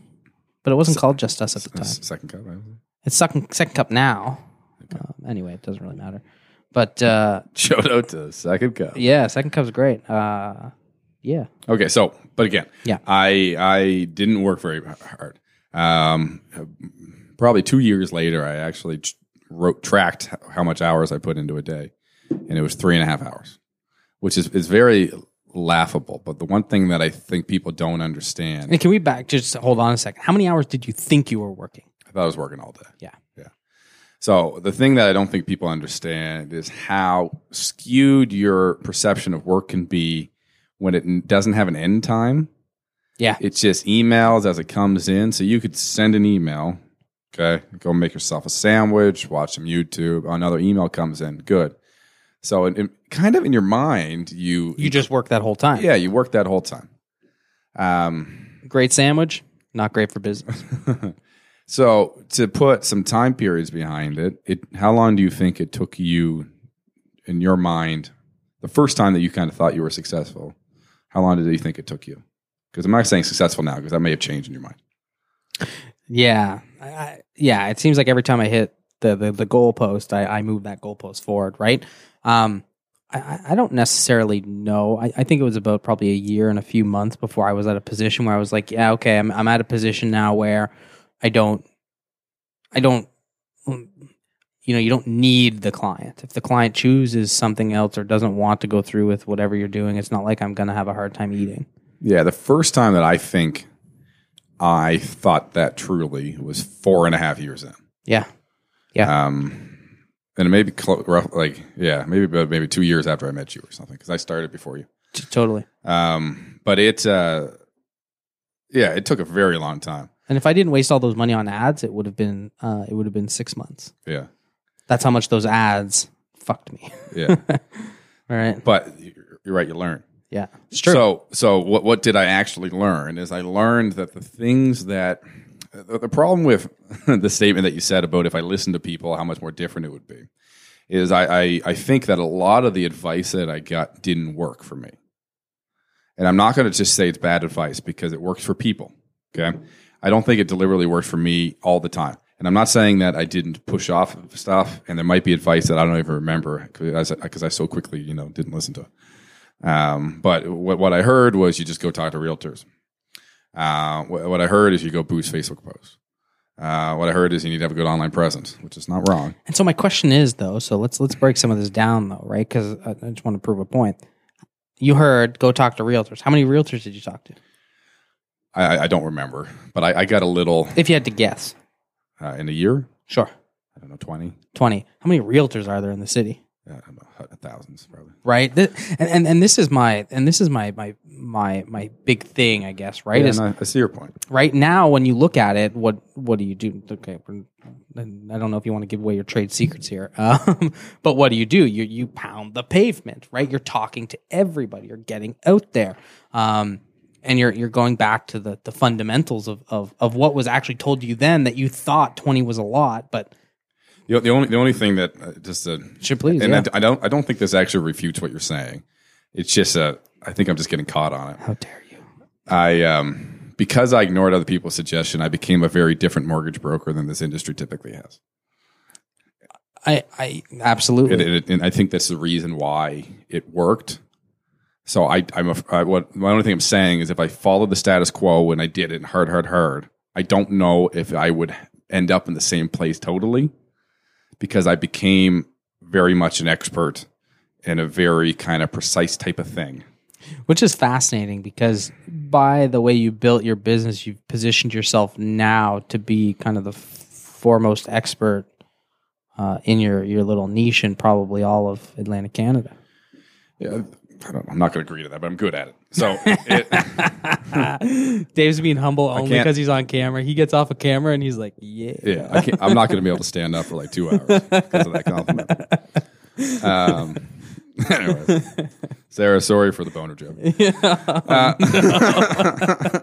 Speaker 3: but it wasn't called Just Us at the time.
Speaker 2: S- Second cup. right?
Speaker 3: It's second second cup now. Um, anyway, it doesn't really matter. But uh,
Speaker 2: Shout out to second cup.
Speaker 3: yeah, second cup's great. Uh, yeah.
Speaker 2: Okay, so but again,
Speaker 3: Yeah.
Speaker 2: I I didn't work very h- hard. Um, probably two years later, I actually tr- wrote tracked h- how much hours I put into a day, and it was three and a half hours, which is is very laughable. But the one thing that I think people don't understand,
Speaker 3: And can we back just hold on a second? How many hours did you think you were working?
Speaker 2: I thought I was working all day.
Speaker 3: Yeah.
Speaker 2: yeah. So the thing that I don't think people understand is how skewed your perception of work can be when it n- doesn't have an end time.
Speaker 3: Yeah.
Speaker 2: It's just emails as it comes in. So you could send an email. Okay. Go make yourself a sandwich, watch some YouTube. Another email comes in. Good. So, in, in- kind of in your mind, you,
Speaker 3: You just worked that whole time.
Speaker 2: yeah, you work that whole time. Um,
Speaker 3: Great sandwich, not great for business.
Speaker 2: so to put some time periods behind it, it, how long do you think it took you in your mind, the first time that you kind of thought you were successful? How long did you think it took you? Because I'm not saying successful now, because that may have changed in your mind.
Speaker 3: yeah. I, I, yeah. It seems like every time I hit the, the, the goalpost, I, I move that goalpost forward, right? Um, I- I, I don't necessarily know. I, I think it was about probably a year and a few months before I was at a position where I was like, yeah, okay, I'm, I'm at a position now where I don't, I don't, mm, you know, you don't need the client. If the client chooses something else or doesn't want to go through with whatever you're doing, it's not like I'm going to have a hard time eating.
Speaker 2: Yeah, the first time that I think I thought that truly was four and a half years in.
Speaker 3: Yeah.
Speaker 2: Um, and it may be clo- rough, like yeah, maybe about maybe two years after I met you or something because I started before you.
Speaker 3: T- totally.
Speaker 2: Um, but it, uh, yeah, it took a very long time.
Speaker 3: And if I didn't waste all those money on ads, it would have been uh, it would have been six months.
Speaker 2: Yeah,
Speaker 3: That's how much those ads fucked me.
Speaker 2: yeah.
Speaker 3: all right.
Speaker 2: but you're you're right, you learn.
Speaker 3: Yeah. It's true.
Speaker 2: So, so what what did I actually learn? Is I learned that the things that the, the problem with the statement that you said about if I listened to people, how much more different it would be, is I I, I think that a lot of the advice that I got didn't work for me, and I'm not going to just say it's bad advice because it works for people. Okay, I don't think it deliberately worked for me all the time. And I'm not saying that I didn't push off stuff, and there might be advice that I don't even remember because I, 'cause I so quickly, you know, didn't listen to it. Um, but what, what I heard was you just go talk to realtors. Uh, what, what I heard is you go boost Facebook posts. Uh, what I heard is you need to have a good online presence, which is not wrong.
Speaker 3: and so my question is though, so let's let's break some of this down though, right? Because I, I just want to prove a point. You heard go talk to realtors. How many realtors did you talk to?
Speaker 2: I, I- I don't remember, but I, I got a little
Speaker 3: If you had to guess,
Speaker 2: uh, in a year.
Speaker 3: sure.
Speaker 2: I don't know, 20?
Speaker 3: 20. How many realtors are there in the city?
Speaker 2: Yeah, I don't know, hu- thousands probably.
Speaker 3: Right. Th- and, and and this is my and this is my my my my big thing, I guess, right?
Speaker 2: Yeah,
Speaker 3: is
Speaker 2: no, I see your point.
Speaker 3: right now when you look at it, what what do you do? Okay, we're- I don't know if you want to give away your trade secrets here, um, but what do you do? You you pound the pavement, right? You're talking to everybody. You're getting out there, um, and you're you're going back to the the fundamentals of of of what was actually told you then that you thought twenty was a lot, but
Speaker 2: You know, the only the only thing that uh, just uh,
Speaker 3: Sure, please,
Speaker 2: and
Speaker 3: yeah.
Speaker 2: I d- I, don't I don't think this actually refutes what you're saying. It's just uh, I think I'm just getting caught on it.
Speaker 3: how dare you?
Speaker 2: I um because I ignored other people's suggestion, I became a very different mortgage broker than this industry typically has.
Speaker 3: I I absolutely
Speaker 2: And, and, and I think that's the reason why it worked. So I I'm a, I, what my only thing I'm saying is if I followed the status quo when I did it and hard hard hard, I don't know if I would end up in the same place totally because I became very much an expert in a very kind of precise type of thing.
Speaker 3: Which is fascinating because by the way you built your business, you've positioned yourself now to be kind of the f- foremost expert uh, in your, your little niche and probably all of Atlantic Canada.
Speaker 2: Yeah, I don't, I'm not going to agree to that, but I'm good at it. So it,
Speaker 3: Dave's being humble only
Speaker 2: can't-
Speaker 3: because he's on camera. He gets off a camera and he's like, yeah.
Speaker 2: Yeah, I can't, I'm not going to be able to stand up for like two hours because of that compliment. Um, anyways, Sarah, sorry for the boner joke. Uh,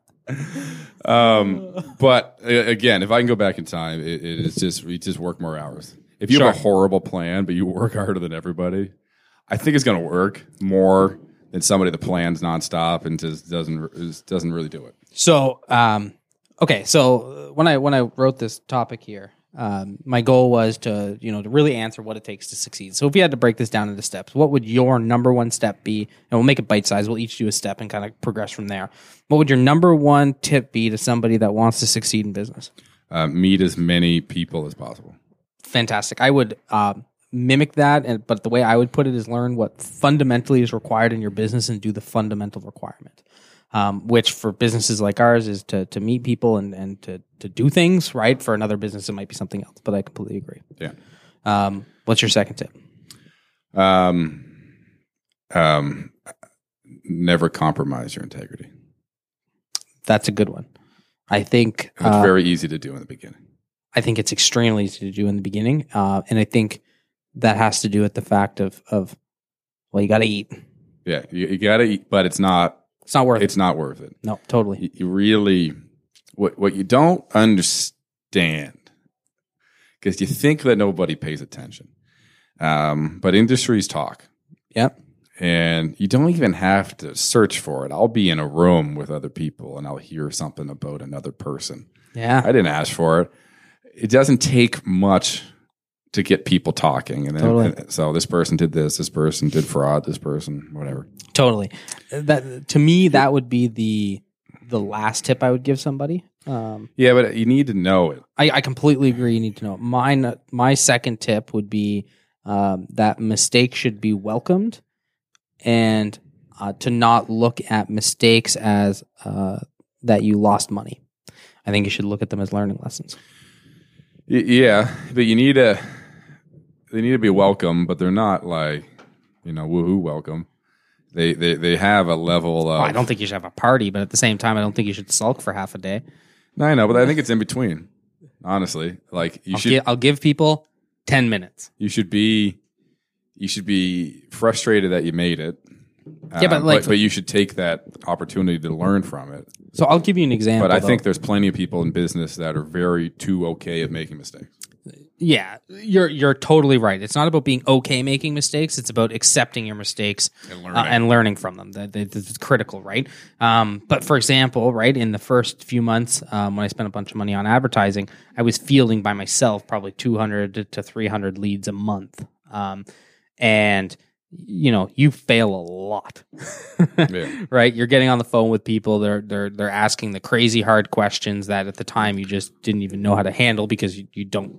Speaker 2: um, but uh, again, if I can go back in time, it, it is just we just work more hours. If you have a
Speaker 3: Sure.
Speaker 2: horrible plan, but you work harder than everybody, I think it's going to work more than somebody that plans nonstop and just doesn't just doesn't really do it.
Speaker 3: So, um, okay, so uh, when I when I wrote this topic here, um, my goal was to you know to really answer what it takes to succeed. So, if you had to break this down into steps, what would your number one step be? And we'll make it bite size. We'll each do a step and kind of progress from there. What would your number one tip be to somebody that wants to succeed in business?
Speaker 2: Uh, meet as many people as possible.
Speaker 3: Fantastic. I would. Um, mimic that and but the way i would put it is learn what fundamentally is required in your business and do the fundamental requirement um, which for businesses like ours is to to meet people and and to to do things right. For another business, it might be something else. But I completely agree.
Speaker 2: Yeah.
Speaker 3: Um, what's your second tip?
Speaker 2: Um, um, never compromise your integrity.
Speaker 3: That's a good one. I think
Speaker 2: It's
Speaker 3: uh,
Speaker 2: very easy to do in the beginning.
Speaker 3: I think it's extremely easy to do in the beginning, uh, and I think that has to do with the fact of of well, you got to eat.
Speaker 2: Yeah, you, you gotta, eat, but it's not.
Speaker 3: It's not worth it.
Speaker 2: It's not worth it.
Speaker 3: No, totally.
Speaker 2: You, you really, what what you don't understand, because you think that nobody pays attention, um, but industries talk.
Speaker 3: Yep.
Speaker 2: and you don't even have to search for it. I'll be in a room with other people and I'll hear something about another person.
Speaker 3: Yeah.
Speaker 2: I didn't ask for it. It doesn't take much to get people talking. And then,
Speaker 3: Totally.
Speaker 2: and so this person did this, this person did fraud, this person, whatever.
Speaker 3: Totally. That to me, that would be the the last tip I would give somebody. Um,
Speaker 2: Yeah, but you need to know it.
Speaker 3: I, I completely agree. You need to know. Mine, my second tip would be um, that mistake should be welcomed, and uh, to not look at mistakes as uh, that you lost money. I think you should look at them as learning lessons.
Speaker 2: Y- yeah, but you need to, they need to be welcome, but they're not like, you know, woohoo welcome. They, they, they have a level of.
Speaker 3: Well, Oh, I don't think you should have a party, but at the same time, I don't think you should sulk for half a day.
Speaker 2: No, I know, but I think it's in between. Honestly, like you
Speaker 3: I'll,
Speaker 2: should
Speaker 3: gi- I'll give people ten minutes.
Speaker 2: you should be you should be frustrated that you made it. Um,
Speaker 3: Yeah, but, like-
Speaker 2: but, you should take that opportunity to learn from it.
Speaker 3: So I'll give you an example.
Speaker 2: But I
Speaker 3: though.
Speaker 2: think there's plenty of people in business that are very too okay at making mistakes.
Speaker 3: yeah, you're you're totally right. It's not about being okay making mistakes. It's about accepting your mistakes
Speaker 2: And
Speaker 3: uh,
Speaker 2: learning.
Speaker 3: and learning from them. That, that, that's critical, right? Um, but for example, right in the first few months um, when I spent a bunch of money on advertising, I was fielding by myself probably 200 to 300 leads a month, um, and you know you fail a lot.
Speaker 2: Yeah.
Speaker 3: right? You're getting on the phone with people. They're they're they're asking the crazy hard questions that at the time you just didn't even know how to handle because you, you don't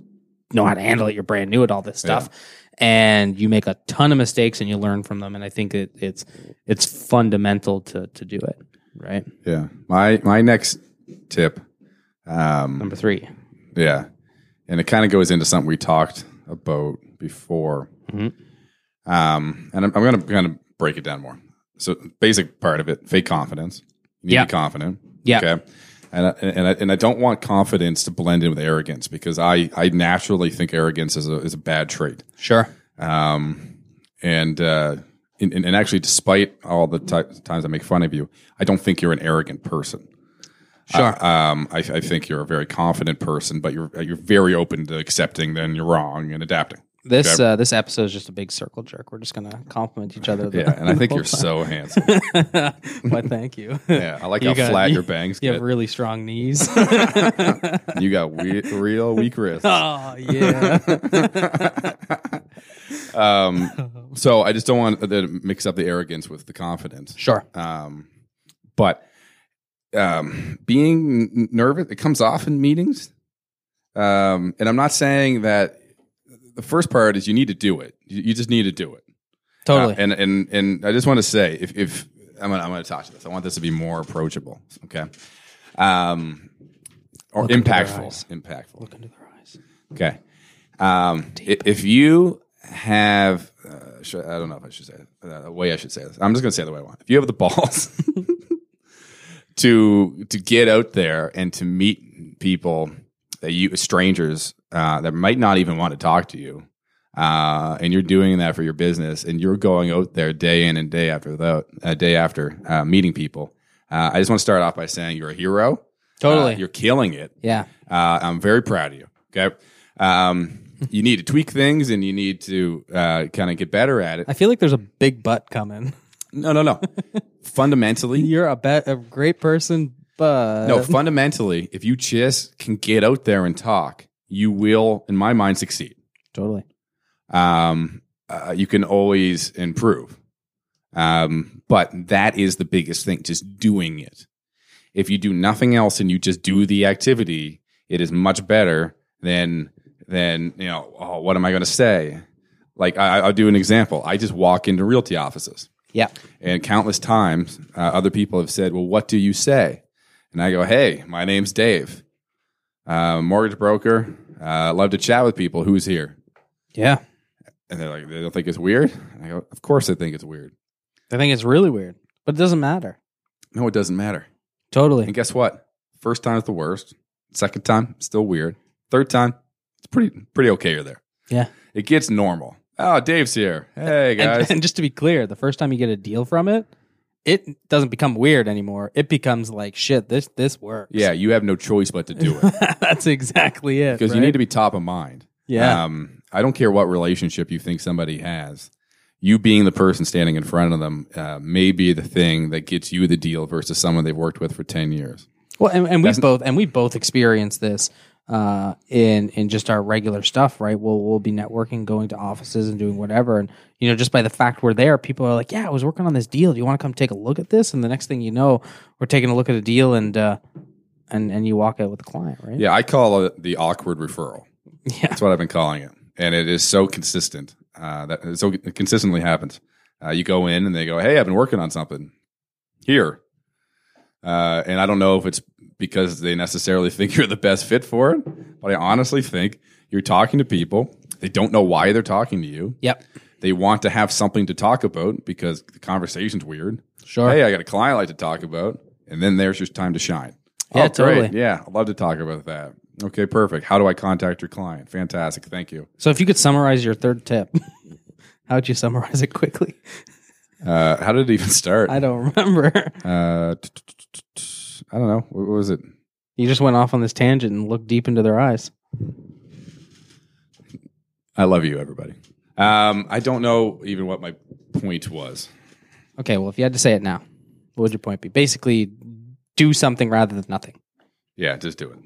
Speaker 3: know how to handle it. You're brand new at all this stuff, and you make a ton of mistakes and you learn from them. And I think it, it's it's fundamental to to do it. Right,
Speaker 2: Yeah. My my next tip um
Speaker 3: number three.
Speaker 2: Yeah. And it kind of goes into something we talked about before.
Speaker 3: Mhm.
Speaker 2: Um, and I'm, I'm going to kind of break it down more. So, basic part of it fake confidence. You need
Speaker 3: Yeah.
Speaker 2: to be confident.
Speaker 3: Yeah.
Speaker 2: Okay. And I, and, I, and I don't want confidence to blend in with arrogance because I, I naturally think arrogance is a, is a bad trait.
Speaker 3: Sure.
Speaker 2: Um, and, uh, and, and and actually, despite all the ti- times I make fun of you, I don't think you're an arrogant person.
Speaker 3: Sure.
Speaker 2: Uh, um, I, I think you're a very confident person, but you're you're very open to accepting then you're wrong and adapting.
Speaker 3: this uh, this episode is just a big circle jerk. We're just gonna compliment each other. the-
Speaker 2: Yeah, and I think
Speaker 3: the
Speaker 2: you're so handsome.
Speaker 3: whole- Why? Thank you.
Speaker 2: Yeah, I like
Speaker 3: You
Speaker 2: how
Speaker 3: got-
Speaker 2: flat
Speaker 3: you-
Speaker 2: your bangs
Speaker 3: You
Speaker 2: get.
Speaker 3: have really strong knees.
Speaker 2: you got we- real weak wrists.
Speaker 3: oh yeah.
Speaker 2: Um, so I just don't want to mix up the arrogance with the confidence.
Speaker 3: Sure.
Speaker 2: Um, but um, being n- nervous, it comes off in meetings. Um, and I'm not saying that the first part is you need to do it. You, you just need to do it.
Speaker 3: Totally.
Speaker 2: Uh, and and and I just want to say, if, if I'm gonna, I'm going to talk to this, I want this to be more approachable. Okay. Um, or
Speaker 3: Look into their eyes.
Speaker 2: impactful. Impactful.
Speaker 3: Look into their eyes.
Speaker 2: Okay. Um, i- if you have, uh, should, I don't know if I should say it, uh, the way I should say this. I'm just going to say it the way I want. If you have the balls to to get out there and to meet people that you strangers uh, that might not even want to talk to you, uh, and you're doing that for your business, and you're going out there day in and day after that, uh, day after uh, meeting people. Uh, I just want to start off by saying you're a hero.
Speaker 3: Totally.
Speaker 2: Uh, you're killing it.
Speaker 3: yeah.
Speaker 2: Uh, I'm very proud of you. Okay. Um, you need to tweak things and you need to uh, kind of get better at it.
Speaker 3: I feel like there's a big butt coming.
Speaker 2: No, no, no. fundamentally,
Speaker 3: You're a bet a great person, but
Speaker 2: no, fundamentally, if you just can get out there and talk, you will, in my mind, succeed.
Speaker 3: totally.
Speaker 2: Um, uh, you can always improve. Um, but that is the biggest thing, just doing it. If you do nothing else and you just do the activity, it is much better than than you know. Oh, what am I going to say? Like I, I'll do an example. I just walk into realty offices,
Speaker 3: Yeah.
Speaker 2: and countless times uh, other people have said, "Well, what do you say?" And I go, "Hey, my name's Dave, uh, mortgage broker. Uh, love to chat with people. Who's here?"
Speaker 3: Yeah.
Speaker 2: And they're like, they don't think it's weird. And I go, of course they think it's weird.
Speaker 3: I think it's really weird, but it doesn't matter.
Speaker 2: No, it doesn't matter.
Speaker 3: Totally.
Speaker 2: And guess what? First time is the worst. Second time, still weird. Third time, it's pretty pretty okay. You're there.
Speaker 3: Yeah.
Speaker 2: It gets normal. Oh, Dave's here. Hey guys.
Speaker 3: And, and just to be clear, the first time you get a deal from it, it doesn't become weird anymore. It becomes like shit. This this works.
Speaker 2: yeah, you have no choice but to do it
Speaker 3: That's exactly it.
Speaker 2: because you need to be top of mind.
Speaker 3: Yeah.
Speaker 2: Um, I don't care what relationship you think somebody has. You being the person standing in front of them uh, may be the thing that gets you the deal versus someone they've worked with for ten years.
Speaker 3: well, and, and we both and we both experience this uh, in in just our regular stuff, right? We'll we'll be networking, going to offices, and doing whatever. And you know, just by the fact we're there, people are like, "Yeah, I was working on this deal. Do you want to come take a look at this?" And the next thing you know, we're taking a look at a deal, and uh, and and you walk out with the client, right?
Speaker 2: Yeah, I call it the awkward referral.
Speaker 3: Yeah.
Speaker 2: That's what I've been calling it, and it is so consistent uh, that it so it consistently happens. Uh, you go in and they go, "Hey, I've been working on something here," uh, and I don't know if it's because they necessarily think you're the best fit for it, but I honestly think you're talking to people. They don't know why they're talking to you.
Speaker 3: Yep.
Speaker 2: They want to have something to talk about because the conversation's weird.
Speaker 3: Sure.
Speaker 2: Hey, I got a client I like to talk about, and then there's your time to shine.
Speaker 3: Yeah,
Speaker 2: Oh, great.
Speaker 3: totally.
Speaker 2: Yeah, I'd love to talk about that. Okay, perfect. How do I contact your client? Fantastic. Thank you.
Speaker 3: So if you could summarize your third tip, how would you summarize it quickly?
Speaker 2: Uh, how did it even start?
Speaker 3: I don't remember.
Speaker 2: Uh, t- t- t- t- t- I don't know. What was it?
Speaker 3: You just went off on this tangent and looked deep into their eyes.
Speaker 2: I love you, everybody. Um, I don't know even what my point was.
Speaker 3: Okay, well, if you had to say it now, what would your point be? Basically, do something rather than nothing.
Speaker 2: Yeah, just do it.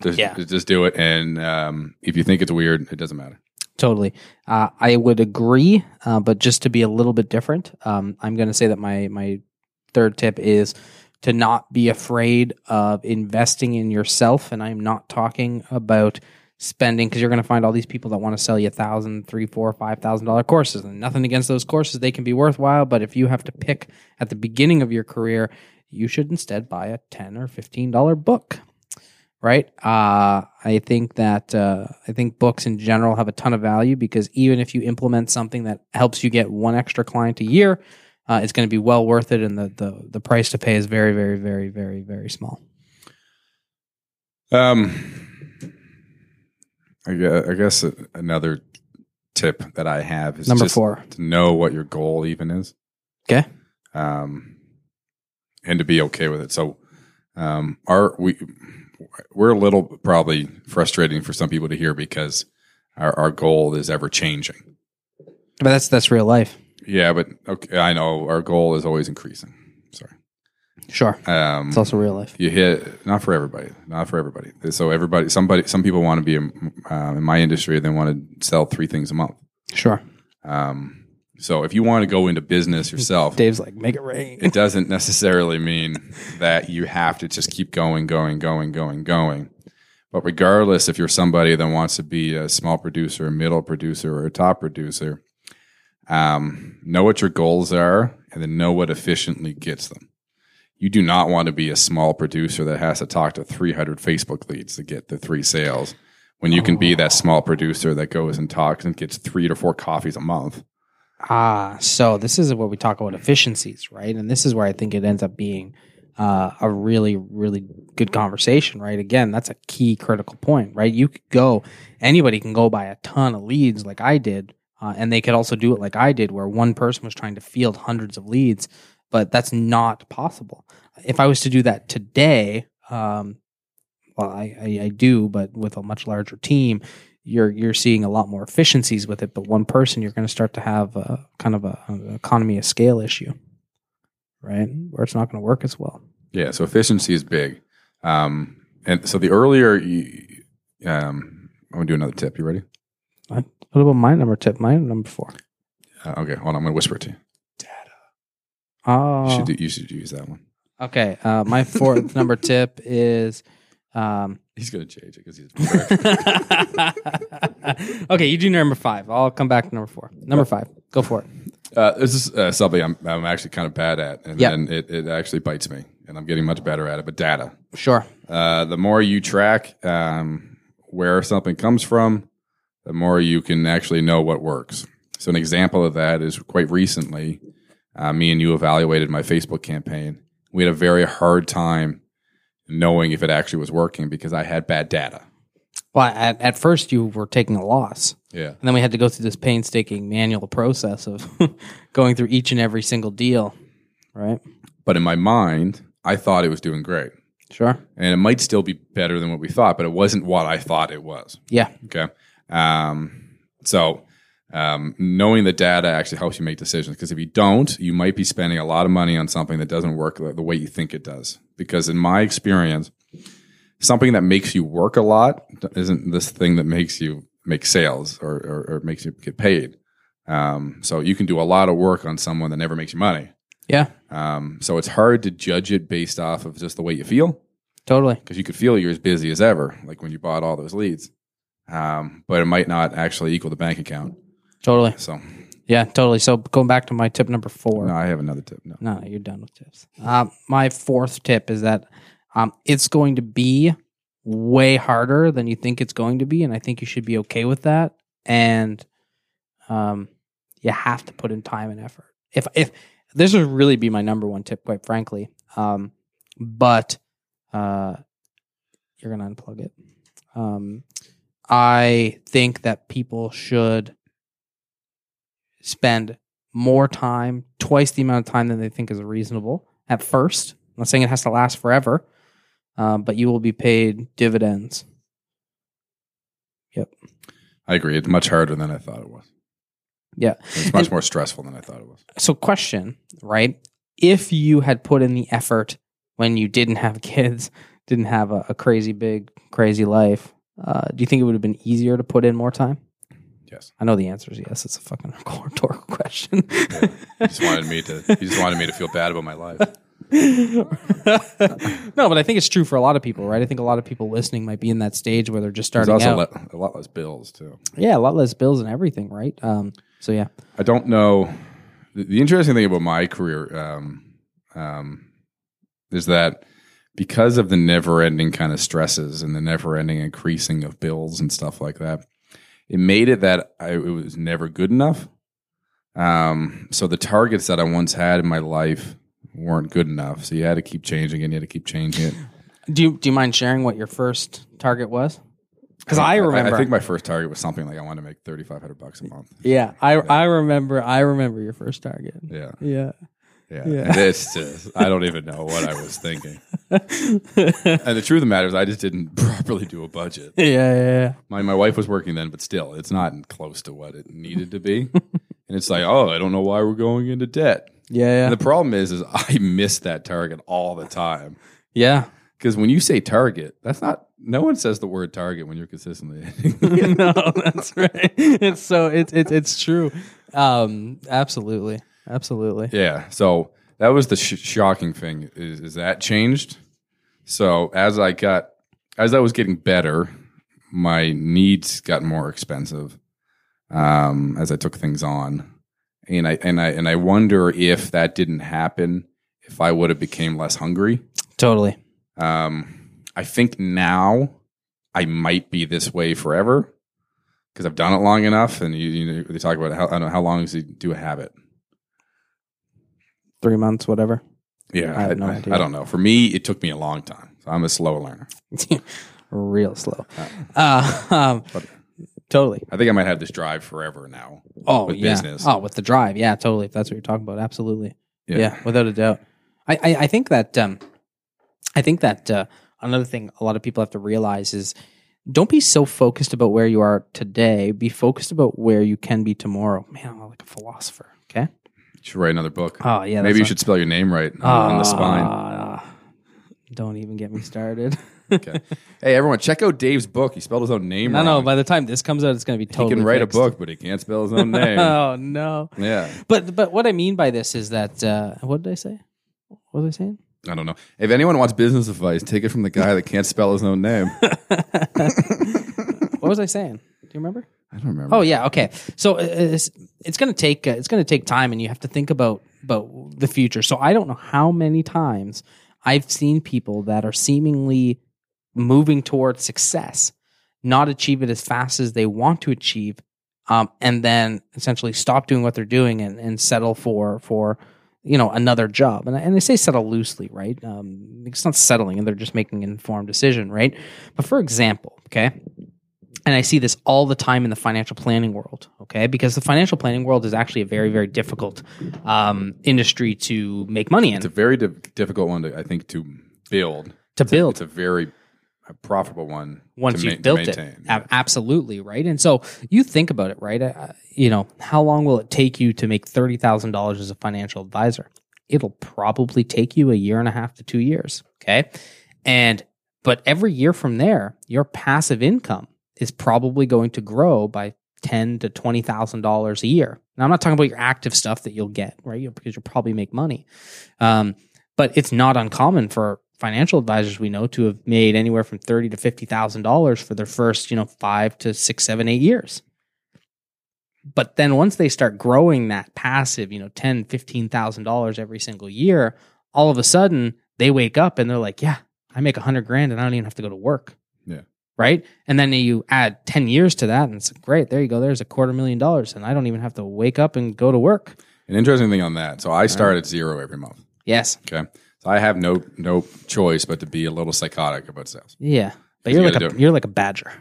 Speaker 2: Just,
Speaker 3: Yeah.
Speaker 2: just do it. And um, if you think it's weird, it doesn't matter.
Speaker 3: Totally. Uh, I would agree, uh, but just to be a little bit different, um, I'm going to say that my, my third tip is to not be afraid of investing in yourself. And I'm not talking about spending because you're going to find all these people that want to sell you thousand, three, four, five thousand dollar courses, and nothing against those courses; they can be worthwhile. But if you have to pick at the beginning of your career, you should instead buy a ten or fifteen dollar book. right? Uh, I think that uh, I think books in general have a ton of value because even if you implement something that helps you get one extra client a year, uh, it's going to be well worth it, and the, the the price to pay is very, very, very, very, very small.
Speaker 2: Um, I guess, I guess another tip that I have is
Speaker 3: Number
Speaker 2: just
Speaker 3: four,
Speaker 2: to know what your goal even is.
Speaker 3: Okay.
Speaker 2: Um, and to be okay with it. So, um, our we we're a little probably frustrating for some people to hear because our our goal is ever changing.
Speaker 3: but that's that's real life.
Speaker 2: Yeah, but okay, I know our goal is always increasing. Sorry.
Speaker 3: Sure,
Speaker 2: Um,
Speaker 3: it's also real life.
Speaker 2: you hit not for everybody not for everybody so everybody somebody some people want to be in, uh, in my industry they want to sell three things a month
Speaker 3: Sure,
Speaker 2: um, so if you want to go into business yourself
Speaker 3: Dave's like make it rain.
Speaker 2: it doesn't necessarily mean that you have to just keep going going going going going but regardless if you're somebody that wants to be a small producer a middle producer or a top producer um, know what your goals are and then know what efficiently gets them you do not want to be a small producer that has to talk to 300 Facebook leads to get the three sales when you can be that small producer that goes and talks and gets three to four coffees a month.
Speaker 3: Ah, so this is where we talk about efficiencies, right? And this is where I think it ends up being uh, a really, really good conversation, right? Again, that's a key critical point, right? You could go, anybody can go buy a ton of leads like I did, uh, and they could also do it like I did, where one person was trying to field hundreds of leads, but that's not possible. If I was to do that today, um, well, I, I, I do, but with a much larger team, you're you're seeing a lot more efficiencies with it. But one person, you're going to start to have a, kind of a, an economy of scale issue, right? Where it's not going to work as well.
Speaker 2: Yeah, so efficiency is big. Um, and so the earlier you, um, I'm gonna do another tip. You ready?
Speaker 3: What about my number tip? My number four.
Speaker 2: Uh, okay, hold on. I'm gonna whisper it to you. You
Speaker 3: Oh,
Speaker 2: should, do, you should use that one.
Speaker 3: okay. Uh, my fourth number tip is. Um,
Speaker 2: He's gonna change it because he's.
Speaker 3: okay, you do number five. I'll come back to number four. Number five, go for it.
Speaker 2: uh, this is uh, something I'm, I'm actually kind of bad at, and
Speaker 3: Yep.
Speaker 2: then it, it actually bites me, and I'm getting much better at it. But data.
Speaker 3: Sure.
Speaker 2: Uh, the more you track um, where something comes from, the more you can actually know what works. So, an example of that is quite recently, uh, me and you evaluated my Facebook campaign. We had a very hard time knowing if it actually was working because I had bad data.
Speaker 3: Well, at, at first you were taking a loss.
Speaker 2: Yeah.
Speaker 3: And then we had to go through this painstaking manual process of going through each and every single deal, right?
Speaker 2: But in my mind, I thought it was doing great.
Speaker 3: Sure.
Speaker 2: And it might still be better than what we thought, but it wasn't what I thought it was.
Speaker 3: Yeah.
Speaker 2: Okay. Um, so um, knowing the data actually helps you make decisions because if you don't, you might be spending a lot of money on something that doesn't work the the way you think it does. Because in my experience, something that makes you work a lot isn't this thing that makes you make sales or, or, or makes you get paid. Um, so you can do a lot of work on someone that never makes you money.
Speaker 3: Yeah.
Speaker 2: Um, so it's hard to judge it based off of just the way you feel
Speaker 3: Totally.
Speaker 2: because you could feel you're as busy as ever, like when you bought all those leads. Um, but it might not actually equal the bank account.
Speaker 3: Totally.
Speaker 2: So
Speaker 3: Yeah. Totally. So going back to my tip number four.
Speaker 2: no, I have another tip. No,
Speaker 3: No, no, you're done with tips. Um, my fourth tip is that um, it's going to be way harder than you think it's going to be, and I think you should be okay with that. And um, you have to put in time and effort. If if this would really be my number one tip, quite frankly. Um, but uh, you're gonna unplug it. Um, I think that people should spend more time, twice the amount of time than they think is reasonable at first. I'm not saying it has to last forever, um, but you will be paid dividends.
Speaker 2: I agree. It's much harder than I thought it was.
Speaker 3: Yeah.
Speaker 2: It's much more stressful than I thought it was.
Speaker 3: So, question, right? If you had put in the effort when you didn't have kids, didn't have a, a crazy big, crazy life, uh, do you think it would have been easier to put in more time?
Speaker 2: Yes.
Speaker 3: I know the answer is yes. It's a fucking rhetorical question.
Speaker 2: He just wanted me to. He just wanted me to feel bad about my life.
Speaker 3: no, but I think it's true for a lot of people, right? I think a lot of people listening might be in that stage where they're just
Speaker 2: There's
Speaker 3: starting
Speaker 2: also
Speaker 3: out.
Speaker 2: le- a lot less bills too.
Speaker 3: yeah, a lot less bills and everything, right? Um, so yeah,
Speaker 2: I don't know. The, the interesting thing about my career um, um, is that because of the never ending kind of stresses and the never ending increasing of bills and stuff like that, it made it that I, it was never good enough. Um, so the targets that I once had in my life weren't good enough. So you had to keep changing it. and You had to keep changing it.
Speaker 3: Do you do you mind sharing what your first target was? Because I remember.
Speaker 2: I, think my first target was something like I wanted to make thirty five hundred bucks a month.
Speaker 4: Yeah, I I remember I remember your first target.
Speaker 2: Yeah,
Speaker 4: Yeah.
Speaker 2: yeah.
Speaker 4: Yeah.
Speaker 2: And it's just I don't even know what I was thinking. and the truth of the matter is, I just didn't properly do a budget.
Speaker 4: Yeah, yeah,
Speaker 2: My my wife was working then, but still, it's not close to what it needed to be. and it's like, oh, I don't know why we're going into debt.
Speaker 4: yeah,
Speaker 2: And
Speaker 4: yeah.
Speaker 2: the problem is, is I miss that target all the time.
Speaker 3: yeah.
Speaker 2: Because when you say target, that's not no one says the word target when you're consistently
Speaker 3: no.
Speaker 4: That's right. It's so it's it's it's true. Um, absolutely, absolutely.
Speaker 2: Yeah. So that was the sh- shocking thing is, is that changed. So as I got, as I was getting better, my needs got more expensive um, as I took things on, and I and I and I wonder if that didn't happen, if I would have became less hungry.
Speaker 3: Totally.
Speaker 2: Um, I think now I might be this way forever because I've done it long enough. And you, you know, they talk about how I don't know how long does you do a habit.
Speaker 3: Three months, whatever.
Speaker 2: Yeah,
Speaker 3: I
Speaker 2: I,
Speaker 3: have no
Speaker 2: I-
Speaker 3: idea.
Speaker 2: I don't know. For me, it took me a long time. So I'm a slow learner.
Speaker 3: Real slow. Uh, um, totally.
Speaker 2: I think I might have this drive forever now.
Speaker 3: Oh,
Speaker 2: With
Speaker 3: yeah.
Speaker 2: business.
Speaker 3: Oh, with the drive. Yeah, totally. If that's what you're talking about, absolutely.
Speaker 2: Yeah.
Speaker 3: Yeah, without a doubt. I, I, I think that um, I think that uh, another thing a lot of people have to realize is don't be so focused about where you are today. Be focused about where you can be tomorrow. Man, I'm like a philosopher. Okay.
Speaker 2: Should write another book.
Speaker 3: Oh yeah. Ah.
Speaker 2: Maybe you should spell your name right on, on the spine.
Speaker 3: Don't even get me started.
Speaker 2: Okay. hey, everyone, check out Dave's book. He spelled his own name.
Speaker 3: no, no.
Speaker 2: wrong.
Speaker 3: By the time this comes out, it's going to be
Speaker 2: he
Speaker 3: totally.
Speaker 2: can write
Speaker 3: fixed.
Speaker 2: a book, but he can't spell his own name.
Speaker 3: Oh no.
Speaker 2: yeah,
Speaker 3: But but what I mean by this is that uh, what did I say? What was I saying?
Speaker 2: I don't know. If anyone wants business advice, take it from the guy that can't spell his own name. I
Speaker 3: What was I saying? Do you remember?
Speaker 2: don't remember.
Speaker 3: Oh yeah, okay. So uh, it's, it's going to take uh, it's going to take time, and you have to think about about the future. So I don't know how many times I've seen people that are seemingly moving towards success, not achieve it as fast as they want to achieve, um, and then essentially stop doing what they're doing and, and settle for for you know another job. And I, and I say settle loosely, right? Um, it's not settling, and they're just making an informed decision, right? But for example, okay and I see this all the time in the financial planning world, okay? Because the financial planning world is actually a very, very difficult um, industry to make money in,
Speaker 2: It's a very di- difficult one, to, I think, to build.
Speaker 3: to build.
Speaker 2: It's a very profitable one
Speaker 3: once
Speaker 2: to
Speaker 3: you've
Speaker 2: ma- to
Speaker 3: built it.
Speaker 2: maintain.
Speaker 3: Ab- Absolutely, right? And so you think about it, right? Uh, you know, how long will it take you to make $30,000 as a financial advisor? It'll probably take you a year and a half to two years, okay? And, but every year from there, your passive income is probably going to grow by ten to twenty thousand dollars a year. Now I'm not talking about your active stuff that you'll get, right? You'll, because you'll probably make money. Um, but it's not uncommon for financial advisors we know to have made anywhere from thirty to fifty thousand dollars for their first, you know, five to six, seven, eight years. But then once they start growing that passive, you know, ten, fifteen thousand dollars every single year, all of a sudden they wake up and they're like, Yeah, I make a hundred grand and I don't even have to go to work.
Speaker 2: Yeah.
Speaker 3: Right. And then you add 10 years to that and it's like, great. There you go. There's a quarter million dollars. And I don't even have to wake up and go to work.
Speaker 2: An interesting thing on that. So I start at zero every month.
Speaker 3: Yes.
Speaker 2: Okay. So I have no no choice but to be a little psychotic about sales.
Speaker 3: Yeah. But
Speaker 2: You
Speaker 3: you're like
Speaker 2: gotta
Speaker 3: a,
Speaker 2: do it.
Speaker 3: you're like a badger.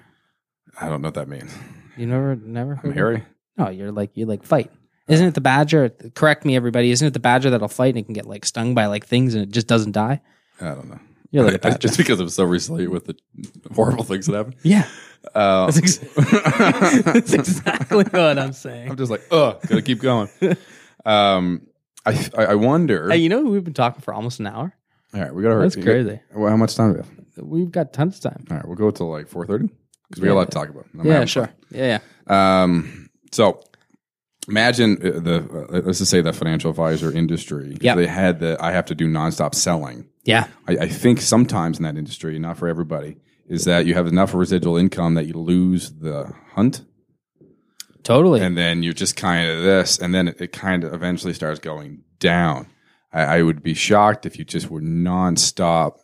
Speaker 2: I don't know what that means. Mm-hmm.
Speaker 3: You never, never.
Speaker 2: I'm
Speaker 3: Heard of
Speaker 2: hairy.
Speaker 3: it? No, you're like you like fight. Isn't it the badger? Correct me, everybody. Isn't it the badger that'll fight and it can get like stung by like things and it just doesn't die?
Speaker 2: I don't know.
Speaker 3: You're like a badger.
Speaker 2: Just because I'm so recently with the horrible things that happen.
Speaker 3: yeah,
Speaker 2: Uh,
Speaker 3: that's, ex- that's exactly what I'm saying.
Speaker 2: I'm just like, ugh, gotta keep going. Um, I I I wonder.
Speaker 3: Hey, you know we've been talking for almost an hour.
Speaker 2: all right, we gotta.
Speaker 3: That's
Speaker 2: we-
Speaker 3: crazy.
Speaker 2: Well, how much time do we have?
Speaker 3: We've got tons of time.
Speaker 2: All right, we'll go till like four thirty because we got a lot to talk about. I'm
Speaker 3: Yeah,
Speaker 2: having
Speaker 3: sure. Yeah, yeah.
Speaker 2: Um, so imagine uh, the uh, let's just say the financial advisor industry.
Speaker 3: Yeah.
Speaker 2: they had the I have to do nonstop selling.
Speaker 3: Yeah,
Speaker 2: I, I think sometimes in that industry, not for everybody, is that you have enough residual income that you lose the hunt,
Speaker 3: totally.
Speaker 2: and then you're just kind of this, and then it, it kind of eventually starts going down. I, I would be shocked if you just were nonstop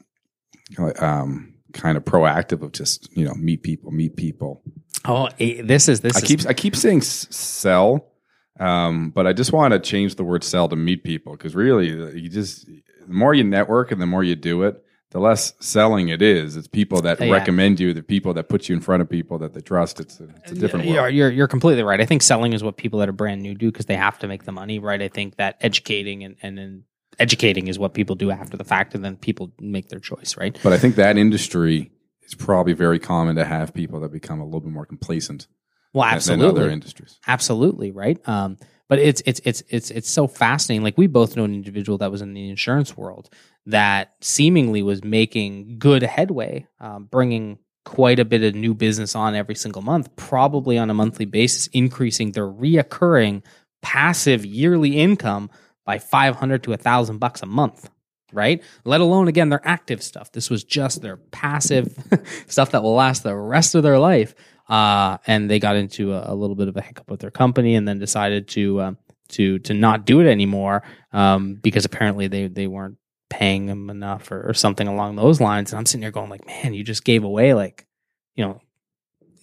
Speaker 2: um, kind of proactive of just you know meet people, meet people.
Speaker 3: Oh, eh, this is this.
Speaker 2: I
Speaker 3: is,
Speaker 2: keep I keep saying s- sell, um, but I just want to change the word sell to meet people because really uh, you just the more you network and the more you do it, the less selling it is. It's people that
Speaker 3: Yeah.
Speaker 2: recommend you, the people that put you in front of people that they trust. It's a, it's a different
Speaker 3: You're,
Speaker 2: world.
Speaker 3: you're you're completely right. I think selling is what people that are brand new do because they have to make the money, right? I think that educating and and then educating is what people do after the fact, and then people make their choice, right?
Speaker 2: But I think that industry is probably very common to have people that become a little bit more complacent
Speaker 3: Well,
Speaker 2: than- than other
Speaker 3: absolutely,
Speaker 2: industries.
Speaker 3: absolutely, right? Um, but it's it's it's it's it's so fascinating. Like we both know an individual that was in the insurance world that seemingly was making good headway, um, bringing quite a bit of new business on every single month, probably on a monthly basis, increasing their reoccurring passive yearly income by 500 to 1000 bucks a month right let alone again their active stuff this was just their passive stuff that will last the rest of their life uh, and they got into a, a little bit of a hiccup with their company and then decided to um, to to not do it anymore um, because apparently they they weren't paying them enough or, or something along those lines and i'm sitting here going like man you just gave away like you know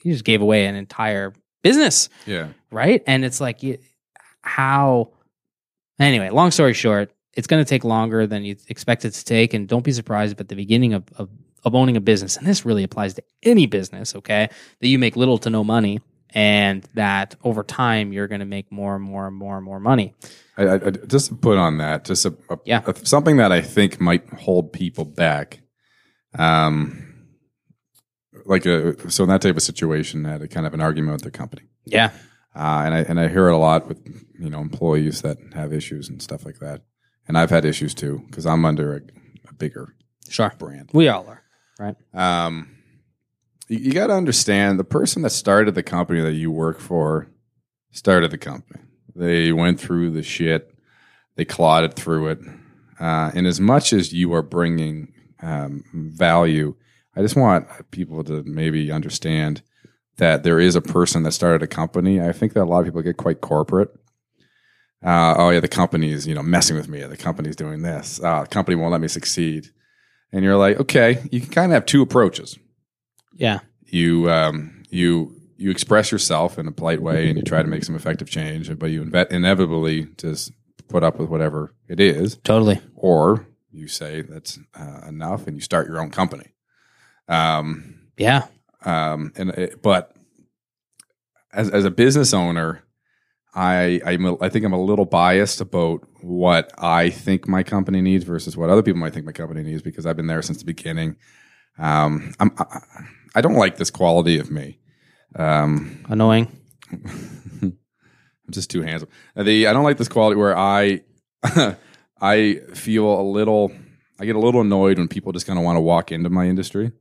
Speaker 3: you just gave away an entire business
Speaker 2: Yeah.
Speaker 3: right? And it's like, you, how? Anyway, long story short, it's going to take longer than you expect it to take, and don't be surprised if at the beginning of, of of owning a business, and this really applies to any business, okay, that you make little to no money, and that over time you're going to make more and more and more and more money.
Speaker 2: I, I, I- just to put on that, just a, a-
Speaker 3: Yeah.
Speaker 2: a- something that I think might hold people back. Um, like a, so in that type of situation, I had a kind of an argument with their company,
Speaker 3: Yeah,
Speaker 2: uh, and I and I hear it a lot with you know employees that have issues and stuff like that, and I've had issues too because I'm under a, a bigger
Speaker 3: sure,
Speaker 2: brand.
Speaker 3: we all are.
Speaker 2: Um, you, you got to understand the person that started the company that you work for started the company. They went through the shit. They clotted through it. Uh, and as much as you are bringing um, value, I just want people to maybe understand that there is a person that started a company. I think that a lot of people get quite corporate. Uh, oh yeah, the company is you know messing with me. The company's doing this. Uh, the company won't let me succeed. And you're like, okay, you can kind of have two approaches
Speaker 3: Yeah,
Speaker 2: you um, you you express yourself in a polite way and you try to make some effective change, but you inve- inevitably just put up with whatever it is,
Speaker 3: totally.
Speaker 2: or you say that's uh, enough and you start your own company. Um,
Speaker 3: Yeah,
Speaker 2: um, and it, but as as a business owner, I I'm a, I think I'm a little biased about what I think my company needs versus what other people might think my company needs because I've been there since the beginning. Um, I'm I, I don't like this quality of me. Um,
Speaker 3: annoying.
Speaker 2: I'm just too handsome. The I don't like this quality where I I feel a little I get a little annoyed when people just kind of want to walk into my industry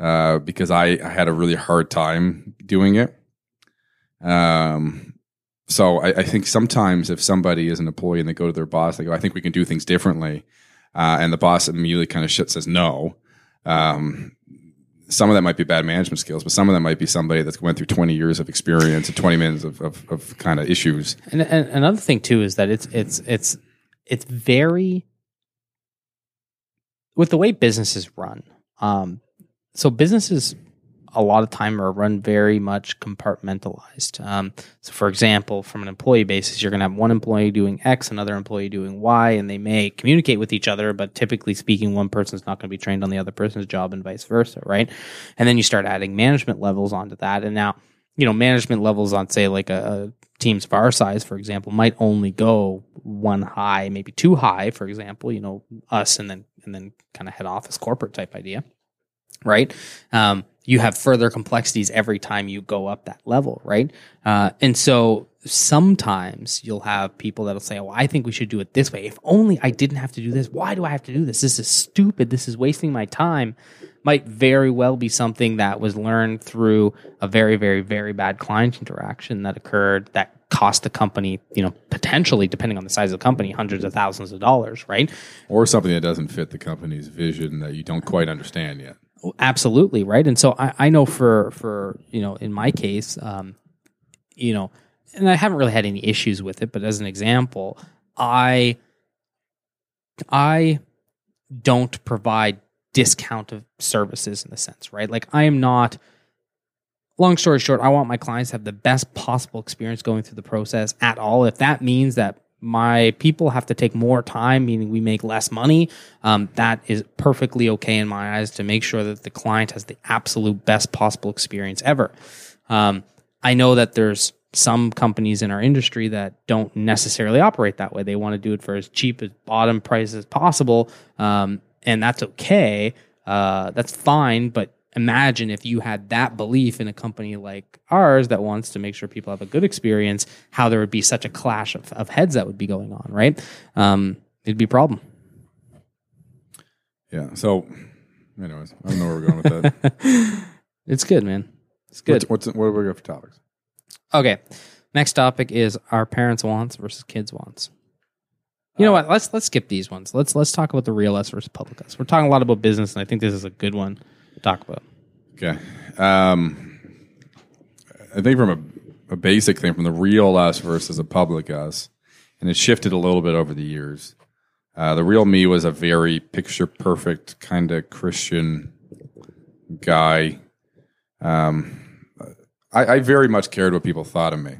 Speaker 2: uh, because I, I had a really hard time doing it. Um, so I, I think sometimes if somebody is an employee and they go to their boss, they go, "I think we can do things differently," uh, and the boss immediately kind of shit says no. Um, some of that might be bad management skills, but some of that might be somebody that's went through 20 years of experience and 20 minutes of, of, of kind of issues.
Speaker 3: And, and another thing too is that it's it's it's it's very with the way businesses run. Um, so businesses a lot of time are run very much compartmentalized. Um, so for example, from an employee basis, you're going to have one employee doing X, another employee doing Y, and they may communicate with each other, but typically speaking, one person's not going to be trained on the other person's job and vice versa, right? And then you start adding management levels onto that, and now you know management levels on say like a, a teams of our size for example might only go one high maybe two high for example you know us and then and then kind of head office corporate type idea right um, you have further complexities every time you go up that level right uh, and so sometimes you'll have people that'll say well i think we should do it this way if only i didn't have to do this why do i have to do this this is stupid this is wasting my time might very well be something that was learned through a very, very, very bad client interaction that occurred that cost the company, you know, potentially, depending on the size of the company, hundreds of thousands of dollars, right?
Speaker 2: Or something that doesn't fit the company's vision that you don't quite understand yet.
Speaker 3: absolutely right and so I, I know for for you know in my case um you know and i haven't really had any issues with it but as an example i i don't provide
Speaker 5: discount of services in a sense, right? Like I am not long story short, I want my clients to have the best possible experience going through the process at all. If that means that my people have to take more time, meaning we make less money, um, that is perfectly okay in my eyes to make sure that the client has the absolute best possible experience ever. Um, I know that there's some companies in our industry that don't necessarily operate that way. They want to do it for as cheap as bottom price as possible, um, and that's okay. Uh, that's fine, but imagine if you had that belief in a company like ours that wants to make sure people have a good experience, how there would be such a clash of, of heads that would be going on, right? Um, it'd be a problem.
Speaker 2: Yeah. So, anyways, I don't know where we're going with that.
Speaker 5: It's good, man. It's good.
Speaker 2: What's, what's what are we going for topics?
Speaker 5: Okay. Next topic is our parents' wants versus kids' wants. You know what? Let's let's skip these ones. Let's let's talk about the real us versus public us. We're talking a lot about business, and I think this is a good one to talk about.
Speaker 2: Okay. Um, I think from a, a basic thing, from the real us versus a public us, and it shifted a little bit over the years. Uh, the real me was a very picture perfect kind of Christian guy. Um, I, I very much cared what people thought of me.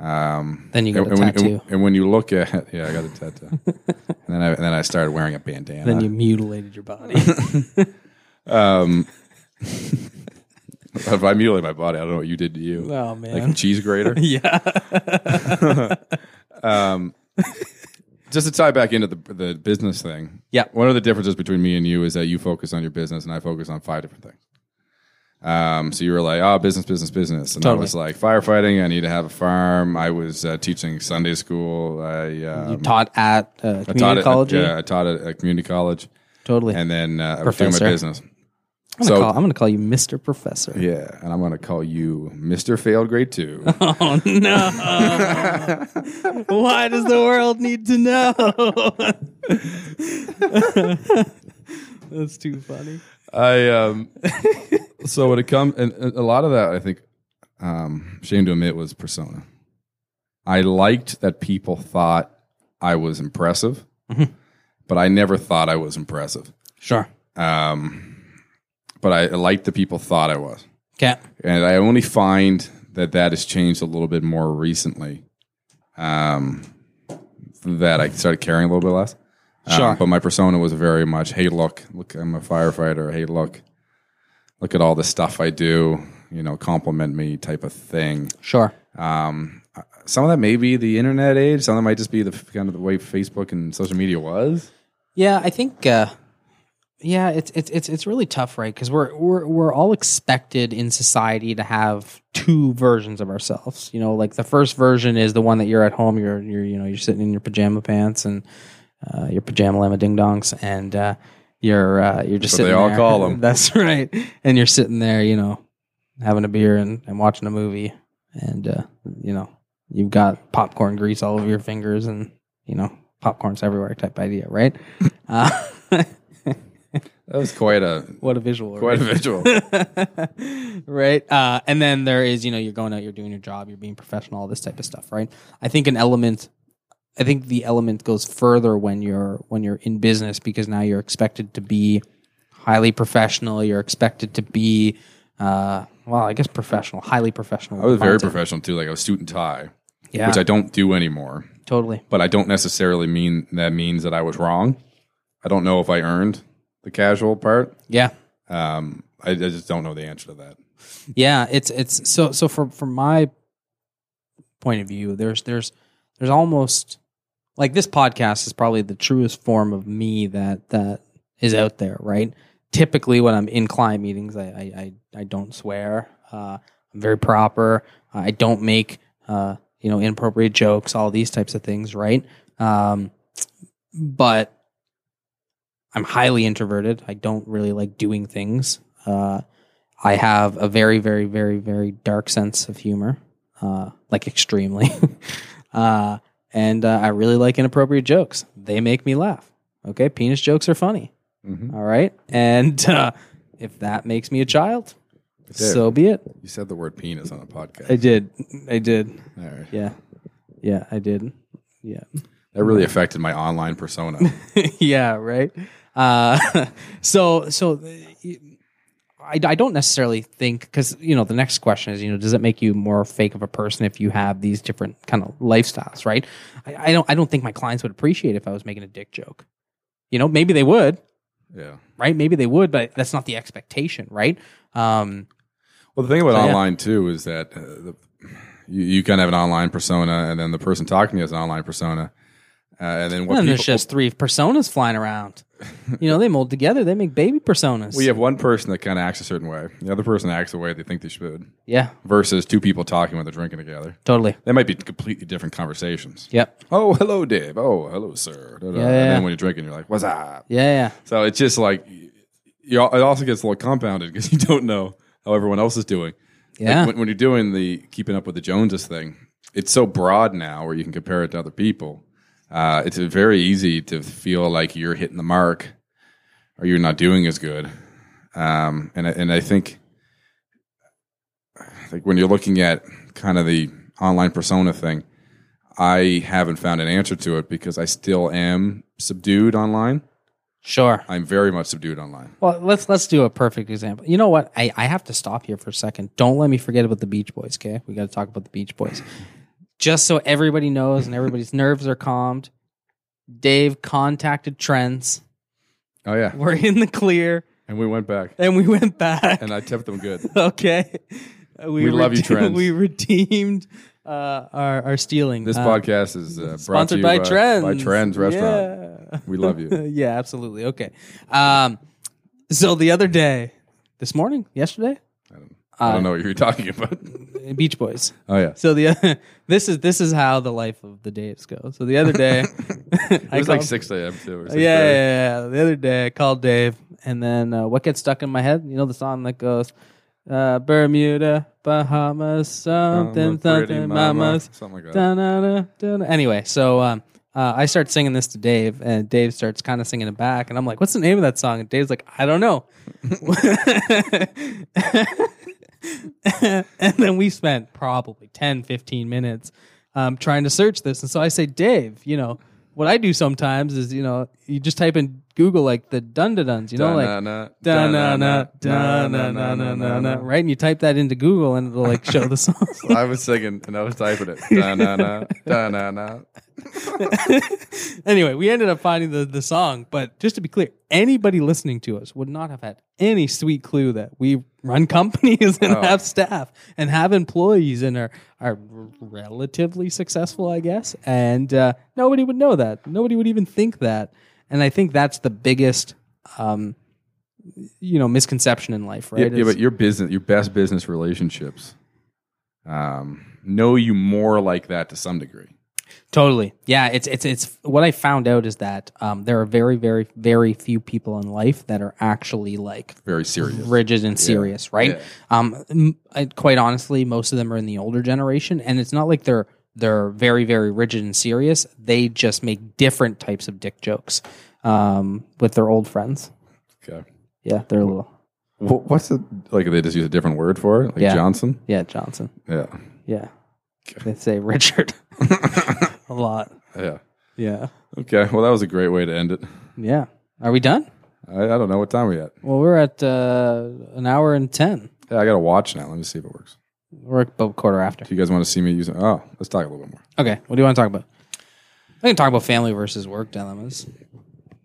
Speaker 5: Then you got
Speaker 2: and,
Speaker 5: a
Speaker 2: and when,
Speaker 5: tattoo.
Speaker 2: and- and when you look at yeah, I got a tattoo, and then I, and then I started wearing a bandana.
Speaker 3: Then you mutilated your body.
Speaker 2: if I mutilate my body, I don't know what you did to you.
Speaker 3: oh
Speaker 2: like a
Speaker 3: man.
Speaker 2: cheese grater.
Speaker 3: yeah.
Speaker 2: Just to tie back into the the business thing.
Speaker 3: Yeah.
Speaker 2: One of the differences between me and you is that you focus on your business and I focus on five different things. Um, so you were like, oh, business, business, business, and I
Speaker 3: Totally.
Speaker 2: was like, firefighting. I need to have a farm. I was uh, teaching Sunday school. I, um,
Speaker 3: You taught at uh,
Speaker 2: I taught
Speaker 3: community
Speaker 2: at,
Speaker 3: college.
Speaker 2: Yeah, I taught at a community college,
Speaker 3: Totally.
Speaker 2: and then uh, I was doing my
Speaker 3: Professor.
Speaker 2: business.
Speaker 3: I'm, gonna
Speaker 2: so-
Speaker 3: call, I'm gonna call you Mr. Professor.
Speaker 2: Yeah, and I'm going to call you Mister Failed Grade Two.
Speaker 3: Oh no! Why does the world need to know? That's too funny.
Speaker 2: I um so when it comes and, and a lot of that I think um shame to admit was persona. I liked that people thought I was impressive, but I never thought I was impressive.
Speaker 5: Sure.
Speaker 2: Um but I liked that people thought I was.
Speaker 5: Okay.
Speaker 2: And I only find that that has changed a little bit more recently. Um that I started caring a little bit less. Um,
Speaker 5: Sure.
Speaker 2: but my persona was very much, hey, look, look, I'm a firefighter. Hey, look, look at all the stuff I do. You know, compliment me type of thing.
Speaker 5: Sure.
Speaker 2: Some of that may be the internet age. Some of that might just be the kind of the way Facebook and social media was.
Speaker 3: Yeah, I think. Uh, yeah, it's it's it's it's really tough, right? Because we're we're we're all expected in society to have two versions of ourselves. You know, like the first version is the one that you're at home, you're you're you know you're sitting in your pajama pants and uh, your pajama llama ding dongs, and uh, you're uh, you're just
Speaker 2: That's what
Speaker 3: sitting
Speaker 2: they all
Speaker 3: there.
Speaker 2: call 'em.
Speaker 3: That's right, and you're sitting there, you know, having a beer and, and watching a movie, and uh, you know you've got popcorn grease all over your fingers, and you know popcorn's everywhere type idea, right? uh,
Speaker 2: That was quite a
Speaker 3: what a visual! right?
Speaker 2: quite a visual.
Speaker 3: right? Uh, and then there is, you know, you're going out, you're doing your job, you're being professional, all this type of stuff, right? I think an element, I think the element goes further when you're when you're in business because now you're expected to be highly professional. You're expected to be, uh, well, I guess professional, highly professional.
Speaker 2: I was very professional too, like a suit and tie,
Speaker 3: Yeah.
Speaker 2: which I don't do anymore.
Speaker 3: totally.
Speaker 2: But I don't necessarily mean that means that I was wrong. I don't know if I earned the casual part.
Speaker 3: Yeah.
Speaker 2: Um, I, I just don't know the answer to that.
Speaker 3: yeah it's it's so so from from my point of view there's there's there's almost like this podcast is probably the truest form of me that that is out there right typically when i'm in client meetings i i i, I don't swear uh i'm very proper i don't make uh you know inappropriate jokes all these types of things right um but i'm highly introverted i don't really like doing things uh I have a very, very, very, very dark sense of humor, uh, like extremely. uh, and uh, I really like inappropriate jokes. They make me laugh. Okay, penis jokes are funny.
Speaker 2: Mhm.
Speaker 3: All right, and uh, if that makes me a child,
Speaker 2: did.
Speaker 3: so be it.
Speaker 2: You said the word penis on a podcast.
Speaker 3: I did. I did.
Speaker 2: All right.
Speaker 3: Yeah, yeah, I did. Yeah.
Speaker 2: That really affected my online persona.
Speaker 3: yeah, right. Uh, so so I, I don't necessarily think because you know the next question is you know does it make you more fake of a person if you have these different kind of lifestyles right I, I don't I don't think my clients would appreciate if I was making a dick joke you know maybe they would
Speaker 2: Yeah.
Speaker 3: right maybe they would but that's not the expectation right um
Speaker 2: Well, the thing about
Speaker 3: So, Oh, yeah.
Speaker 2: online too is that uh, the, you, you kind of have an online persona, and then the person talking to you has an online persona, uh, and then what
Speaker 3: and
Speaker 2: people,
Speaker 3: there's just three personas flying around you know they mold together they make baby personas
Speaker 2: well, you have one person that kind of acts a certain way, the other person acts the way they think they should,
Speaker 3: yeah
Speaker 2: versus two people talking when they're drinking together.
Speaker 3: totally
Speaker 2: They might be completely different conversations.
Speaker 3: yep
Speaker 2: Oh, hello, Dave. Oh, hello, sir. Da-da. and
Speaker 3: Yeah, yeah.
Speaker 2: then when you're drinking, you're like, "What's up?"
Speaker 3: yeah yeah
Speaker 2: So it's just like you. It also gets a little compounded because you don't know how everyone else is doing.
Speaker 3: yeah
Speaker 2: Like, when, when you're doing the keeping up with the Joneses thing, it's so broad now where you can compare it to other people. Uh, it's very easy to feel like you're hitting the mark or you're not doing as good. Um, and I- and I think like when you're looking at kind of the online persona thing, I haven't found an answer to it because I still am subdued online.
Speaker 3: sure
Speaker 2: I'm very much subdued online.
Speaker 3: Well, let's let's do a perfect example. You know what? I, I have to stop here for a second. Don't let me forget about the Beach Boys, okay? We got to talk about the Beach Boys. Just so everybody knows and everybody's nerves are calmed. Dave contacted Trends.
Speaker 2: Oh yeah,
Speaker 3: We're in the clear
Speaker 2: and we went back,
Speaker 3: and we went back.
Speaker 2: and I tipped them good.
Speaker 3: okay.
Speaker 2: We love you,
Speaker 3: redeemed-
Speaker 2: Trends.
Speaker 3: We redeemed uh, our our stealing.
Speaker 2: This
Speaker 3: Uh,
Speaker 2: podcast is uh, brought to
Speaker 3: sponsored
Speaker 2: you
Speaker 3: by
Speaker 2: uh,
Speaker 3: Trends.
Speaker 2: By Trends Restaurant.
Speaker 3: Yeah.
Speaker 2: We love you.
Speaker 3: yeah, absolutely. Okay. Um, so the other day, this morning, yesterday, Uh,
Speaker 2: I don't know what you're talking about.
Speaker 3: Beach Boys.
Speaker 2: Oh yeah,
Speaker 3: So the other, this is this is how the life of the Daves go. So the other day,
Speaker 2: it was like six a.m. too. Or
Speaker 3: yeah, yeah, yeah. The other day, I called Dave, and then uh, what gets stuck in my head? You know the song that goes, uh, Bermuda, Bahamas, something, something, mamas,
Speaker 2: something like that.
Speaker 3: Da-na-na, da-na. Anyway, so um, uh, I start singing this to Dave, and Dave starts kind of singing it back, and I'm like, "What's the name of that song?" And Dave's like, "I don't know." and then we spent probably 10, 15 minutes um, trying to search this, and so I say, "Dave, you know." What I do sometimes is, you know, you just type in Google like the dun da duns, you know, like
Speaker 2: Da-na-na,
Speaker 3: dun na na
Speaker 2: da-na-na,
Speaker 3: dun na na na na na,
Speaker 2: da-na-na.
Speaker 3: right? And you type that into Google, and it'll like show the song.
Speaker 2: I was singing and I was typing it. Da na na da na na.
Speaker 3: anyway, we ended up finding the, the song, but just to be clear, anybody listening to us would not have had any sweet clue that we run companies and
Speaker 2: Oh.
Speaker 3: have staff and have employees and are are relatively successful, I guess. And uh, nobody would know that. Nobody would even think that. And I think that's the biggest, um, you know, misconception in life,
Speaker 2: Yeah,
Speaker 3: right?
Speaker 2: yeah,
Speaker 3: Is-
Speaker 2: but your business, your best business relationships, um, know you more like that to some degree.
Speaker 3: Totally. Yeah, it's it's it's what I found out is that um, there are very very very few people in life that are actually like
Speaker 2: Very serious.
Speaker 3: rigid and serious, right?
Speaker 2: Yeah.
Speaker 3: Um, m- I, quite honestly, most of them are in the older generation, and it's not like they're they're very very rigid and serious. They just make different types of dick jokes um, with their old friends.
Speaker 2: Okay.
Speaker 3: Yeah, they're a little.
Speaker 2: Wh- What's the like? They just use a different word for it, like
Speaker 3: Yeah.
Speaker 2: Johnson.
Speaker 3: Yeah, Johnson.
Speaker 2: Yeah.
Speaker 3: Yeah, they say Richard a lot.
Speaker 2: Yeah.
Speaker 3: Yeah,
Speaker 2: Okay. Well, that was a great way to end it.
Speaker 3: yeah. Are we done?
Speaker 2: I, I don't know what time we at.
Speaker 3: Well, we're at uh, an hour and ten.
Speaker 2: Yeah, I got to watch now. Let me see if it works.
Speaker 3: We're about quarter after.
Speaker 2: Do you guys want to see me using? Oh, let's talk a little bit more.
Speaker 3: Okay, what do you want to talk about? I can talk about family versus work dilemmas.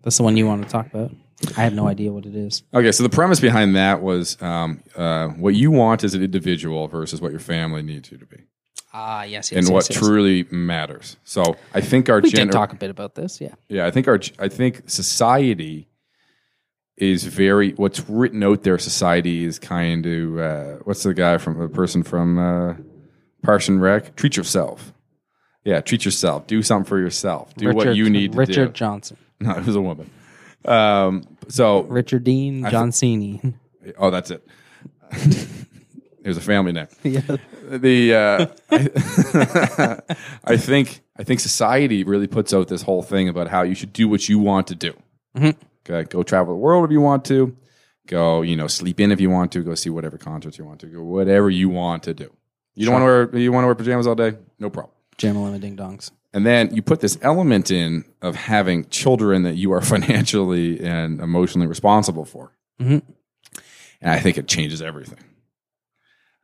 Speaker 3: That's the one you want to talk about. I have no idea what it is.
Speaker 2: Okay, so the premise behind that was um, uh, what you want as an individual versus what your family needs you to be,
Speaker 3: Ah, yes, yes.
Speaker 2: and
Speaker 3: yes,
Speaker 2: what
Speaker 3: yes.
Speaker 2: truly matters. So I think our
Speaker 3: We
Speaker 2: gener-
Speaker 3: did talk a bit about this. Yeah,
Speaker 2: yeah, I think our I think society is very what's written out there. Society is kind of uh, what's the guy from the person from uh, Parson Rec? Treat yourself. Yeah, treat yourself. Do something for yourself. Do what you need to
Speaker 3: Richard
Speaker 2: do.
Speaker 3: Johnson,
Speaker 2: No, it was a woman. Um, so,
Speaker 3: Richard Dean Johnsini.
Speaker 2: oh, that's it. it was a family name.
Speaker 3: yeah,
Speaker 2: The uh, I, I think I think society really puts out this whole thing about how you should do what you want to do. Okay, go travel the world if you want to. Go, you know, sleep in if you want to. Go see whatever concerts you want to. Go whatever you want to do. You don't want to wear you want to wear pajamas all day? No problem.
Speaker 3: Jim Lemon Ding Dongs.
Speaker 2: And then you put this element in of having children that you are financially and emotionally responsible for.
Speaker 3: Mhm.
Speaker 2: And I think it changes everything.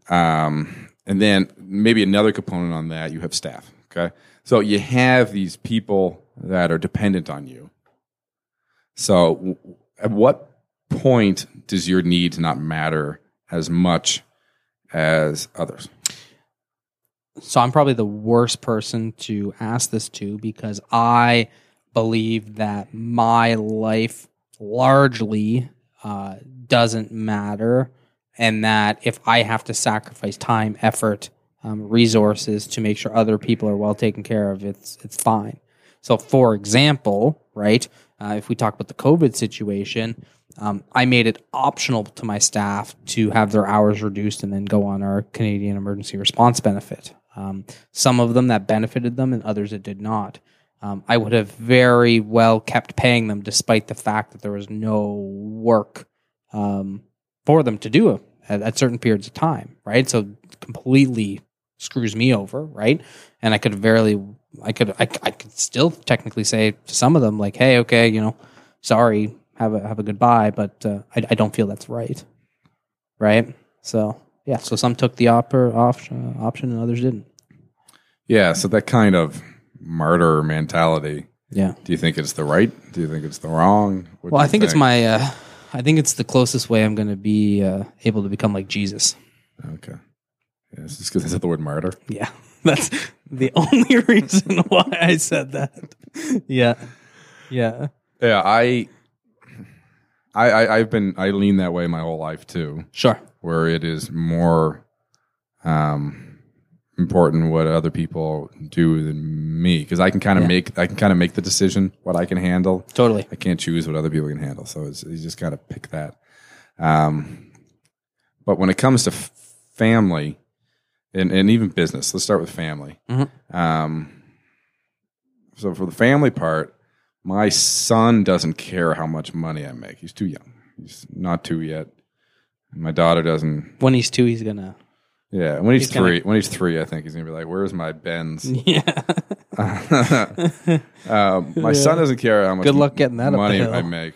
Speaker 2: Um, and then maybe another component on that, you have staff. Okay. So you have these people that are dependent on you. So w- at what point does your needs not matter as much as others?
Speaker 3: so I'm probably the worst person to ask this to because I believe that my life largely uh, doesn't matter, and that if I have to sacrifice time, effort, um, resources to make sure other people are well taken care of, it's it's fine. So, for example, right, uh, if we talk about the COVID situation, um, I made it optional to my staff to have their hours reduced and then go on our Canadian Emergency Response Benefit. Um, some of them that benefited them, and others it did not. Um, I would have very well kept paying them despite the fact that there was no work um, for them to do at, at certain periods of time, right? So completely screws me over, right? And I could barely, I could, I, I could still technically say to some of them, like, hey, okay, you know, sorry, have a have a goodbye, but uh, I, I don't feel that's right, right? So yeah, so some took the opera option, option, and others didn't.
Speaker 2: Yeah. So that kind of martyr mentality.
Speaker 3: Yeah.
Speaker 2: Do you think it's the right? Do you think it's the wrong? What do
Speaker 3: Well, I
Speaker 2: you
Speaker 3: think it's my, uh, I think it's the closest way I'm going to be uh, able to become like Jesus.
Speaker 2: Okay. Yeah, it's just because I said the word martyr.
Speaker 3: Yeah, that's the only reason why I said that. Yeah, yeah.
Speaker 2: Yeah, I, I, I I've been I lean that way my whole life too,
Speaker 3: Sure.
Speaker 2: where it is more, um, important what other people do than me because I can kind of
Speaker 3: Yeah.
Speaker 2: make I can kind of make the decision what I can handle.
Speaker 3: Totally.
Speaker 2: I can't choose what other people can handle. So it's, you just got to pick that. Um, but when it comes to f- family and, and even business, let's start with family.
Speaker 3: Mhm.
Speaker 2: Um, so for the family part, my son doesn't care how much money I make. He's too young. He's not two yet. My daughter doesn't.
Speaker 3: When he's two, he's gonna.
Speaker 2: Yeah, when he's,
Speaker 3: He's gonna-
Speaker 2: 3 when he's three, I think he's gonna be like, "Where's my Benz?"
Speaker 3: Yeah.
Speaker 2: um, my son doesn't care how much
Speaker 3: Good luck getting that up the
Speaker 2: money
Speaker 3: hill.
Speaker 2: I make,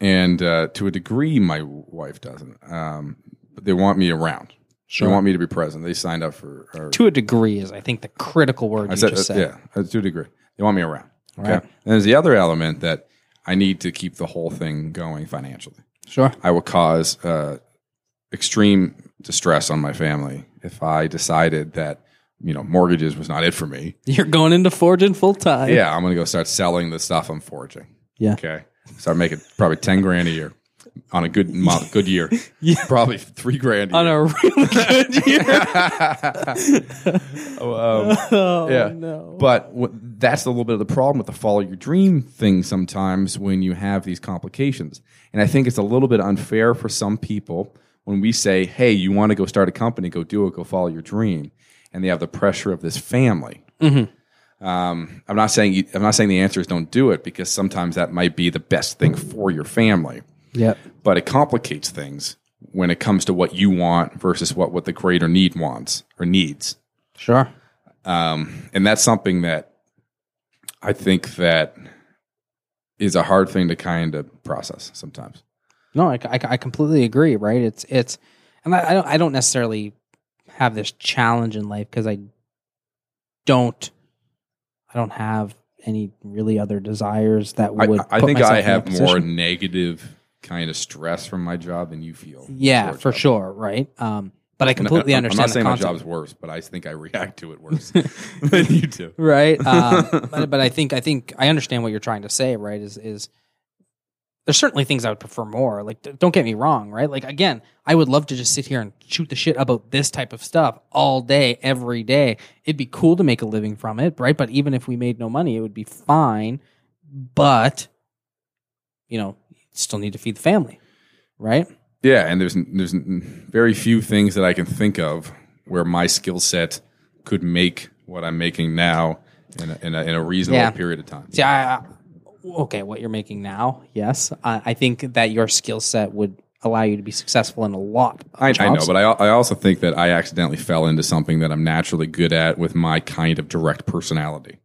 Speaker 2: and uh, to a degree, my wife doesn't. Um, but they want me around. They want me to be present. They signed up for. Or,
Speaker 3: to a degree is, I think, the critical word
Speaker 2: I
Speaker 3: you
Speaker 2: said,
Speaker 3: just said.
Speaker 2: yeah, uh, to a degree, they want me around. Okay,
Speaker 3: Right.
Speaker 2: and there's the other element that I need to keep the whole thing going financially.
Speaker 3: Sure.
Speaker 2: I will cause uh, extreme distress on my family if I decided that you know mortgages was not it for me.
Speaker 3: You're going into forging full time.
Speaker 2: yeah, I'm gonna go start selling the stuff I'm foraging.
Speaker 3: Yeah.
Speaker 2: Okay. Start making probably ten grand a year on a good month, good year. Probably three grand. A
Speaker 3: On
Speaker 2: year.
Speaker 3: a really good year.
Speaker 2: Oh, um,
Speaker 3: oh,
Speaker 2: yeah.
Speaker 3: no.
Speaker 2: But wh- that's a little bit of the problem with the follow your dream thing sometimes when you have these complications. And I think it's a little bit unfair for some people when we say, hey, you want to go start a company, go do it, go follow your dream. And they have the pressure of this family. Um, I'm not saying you, I'm not saying the answer is don't do it because sometimes that might be the best thing for your family,
Speaker 3: Yep.
Speaker 2: but it complicates things when it comes to what you want versus what what the greater need wants or needs
Speaker 3: Sure.
Speaker 2: and that's something that I think that is a hard thing to kind of process sometimes.
Speaker 3: No, I, I, I completely agree. Right? It's it's, and I, I don't I don't necessarily have this challenge in life because I don't I don't have any really other desires that
Speaker 2: I,
Speaker 3: would.
Speaker 2: I
Speaker 3: put
Speaker 2: think
Speaker 3: myself
Speaker 2: I
Speaker 3: in that
Speaker 2: have more
Speaker 3: position.
Speaker 2: negative kind of stress from my job than you feel.
Speaker 3: Yeah,
Speaker 2: towards
Speaker 3: for
Speaker 2: job.
Speaker 3: sure. Right. Um, but I
Speaker 2: And
Speaker 3: completely
Speaker 2: I- I'm
Speaker 3: understand.
Speaker 2: not
Speaker 3: the
Speaker 2: saying my
Speaker 3: concept.
Speaker 2: job's worse, but I think I react to it worse than you do.
Speaker 3: right? Um, but, but I think I think I understand what you're trying to say, right? Is is there's certainly things I would prefer more. Like, d- don't get me wrong, right? Like, again, I would love to just sit here and shoot the shit about this type of stuff all day, every day. It'd be cool to make a living from it, right? But even if we made no money, it would be fine. But you know, still need to feed the family, right?
Speaker 2: Yeah, and there's there's very few things that I can think of where my skill set could make what I'm making now in a, in a, in a reasonable
Speaker 3: Yeah.
Speaker 2: period of time.
Speaker 3: See, I, I- okay, what you're making now, yes, I, I think that your skill set would allow you to be successful in a lot. Of
Speaker 2: I, I know,
Speaker 3: jobs.
Speaker 2: but I, I also think that I accidentally fell into something that I'm naturally good at with my kind of direct personality.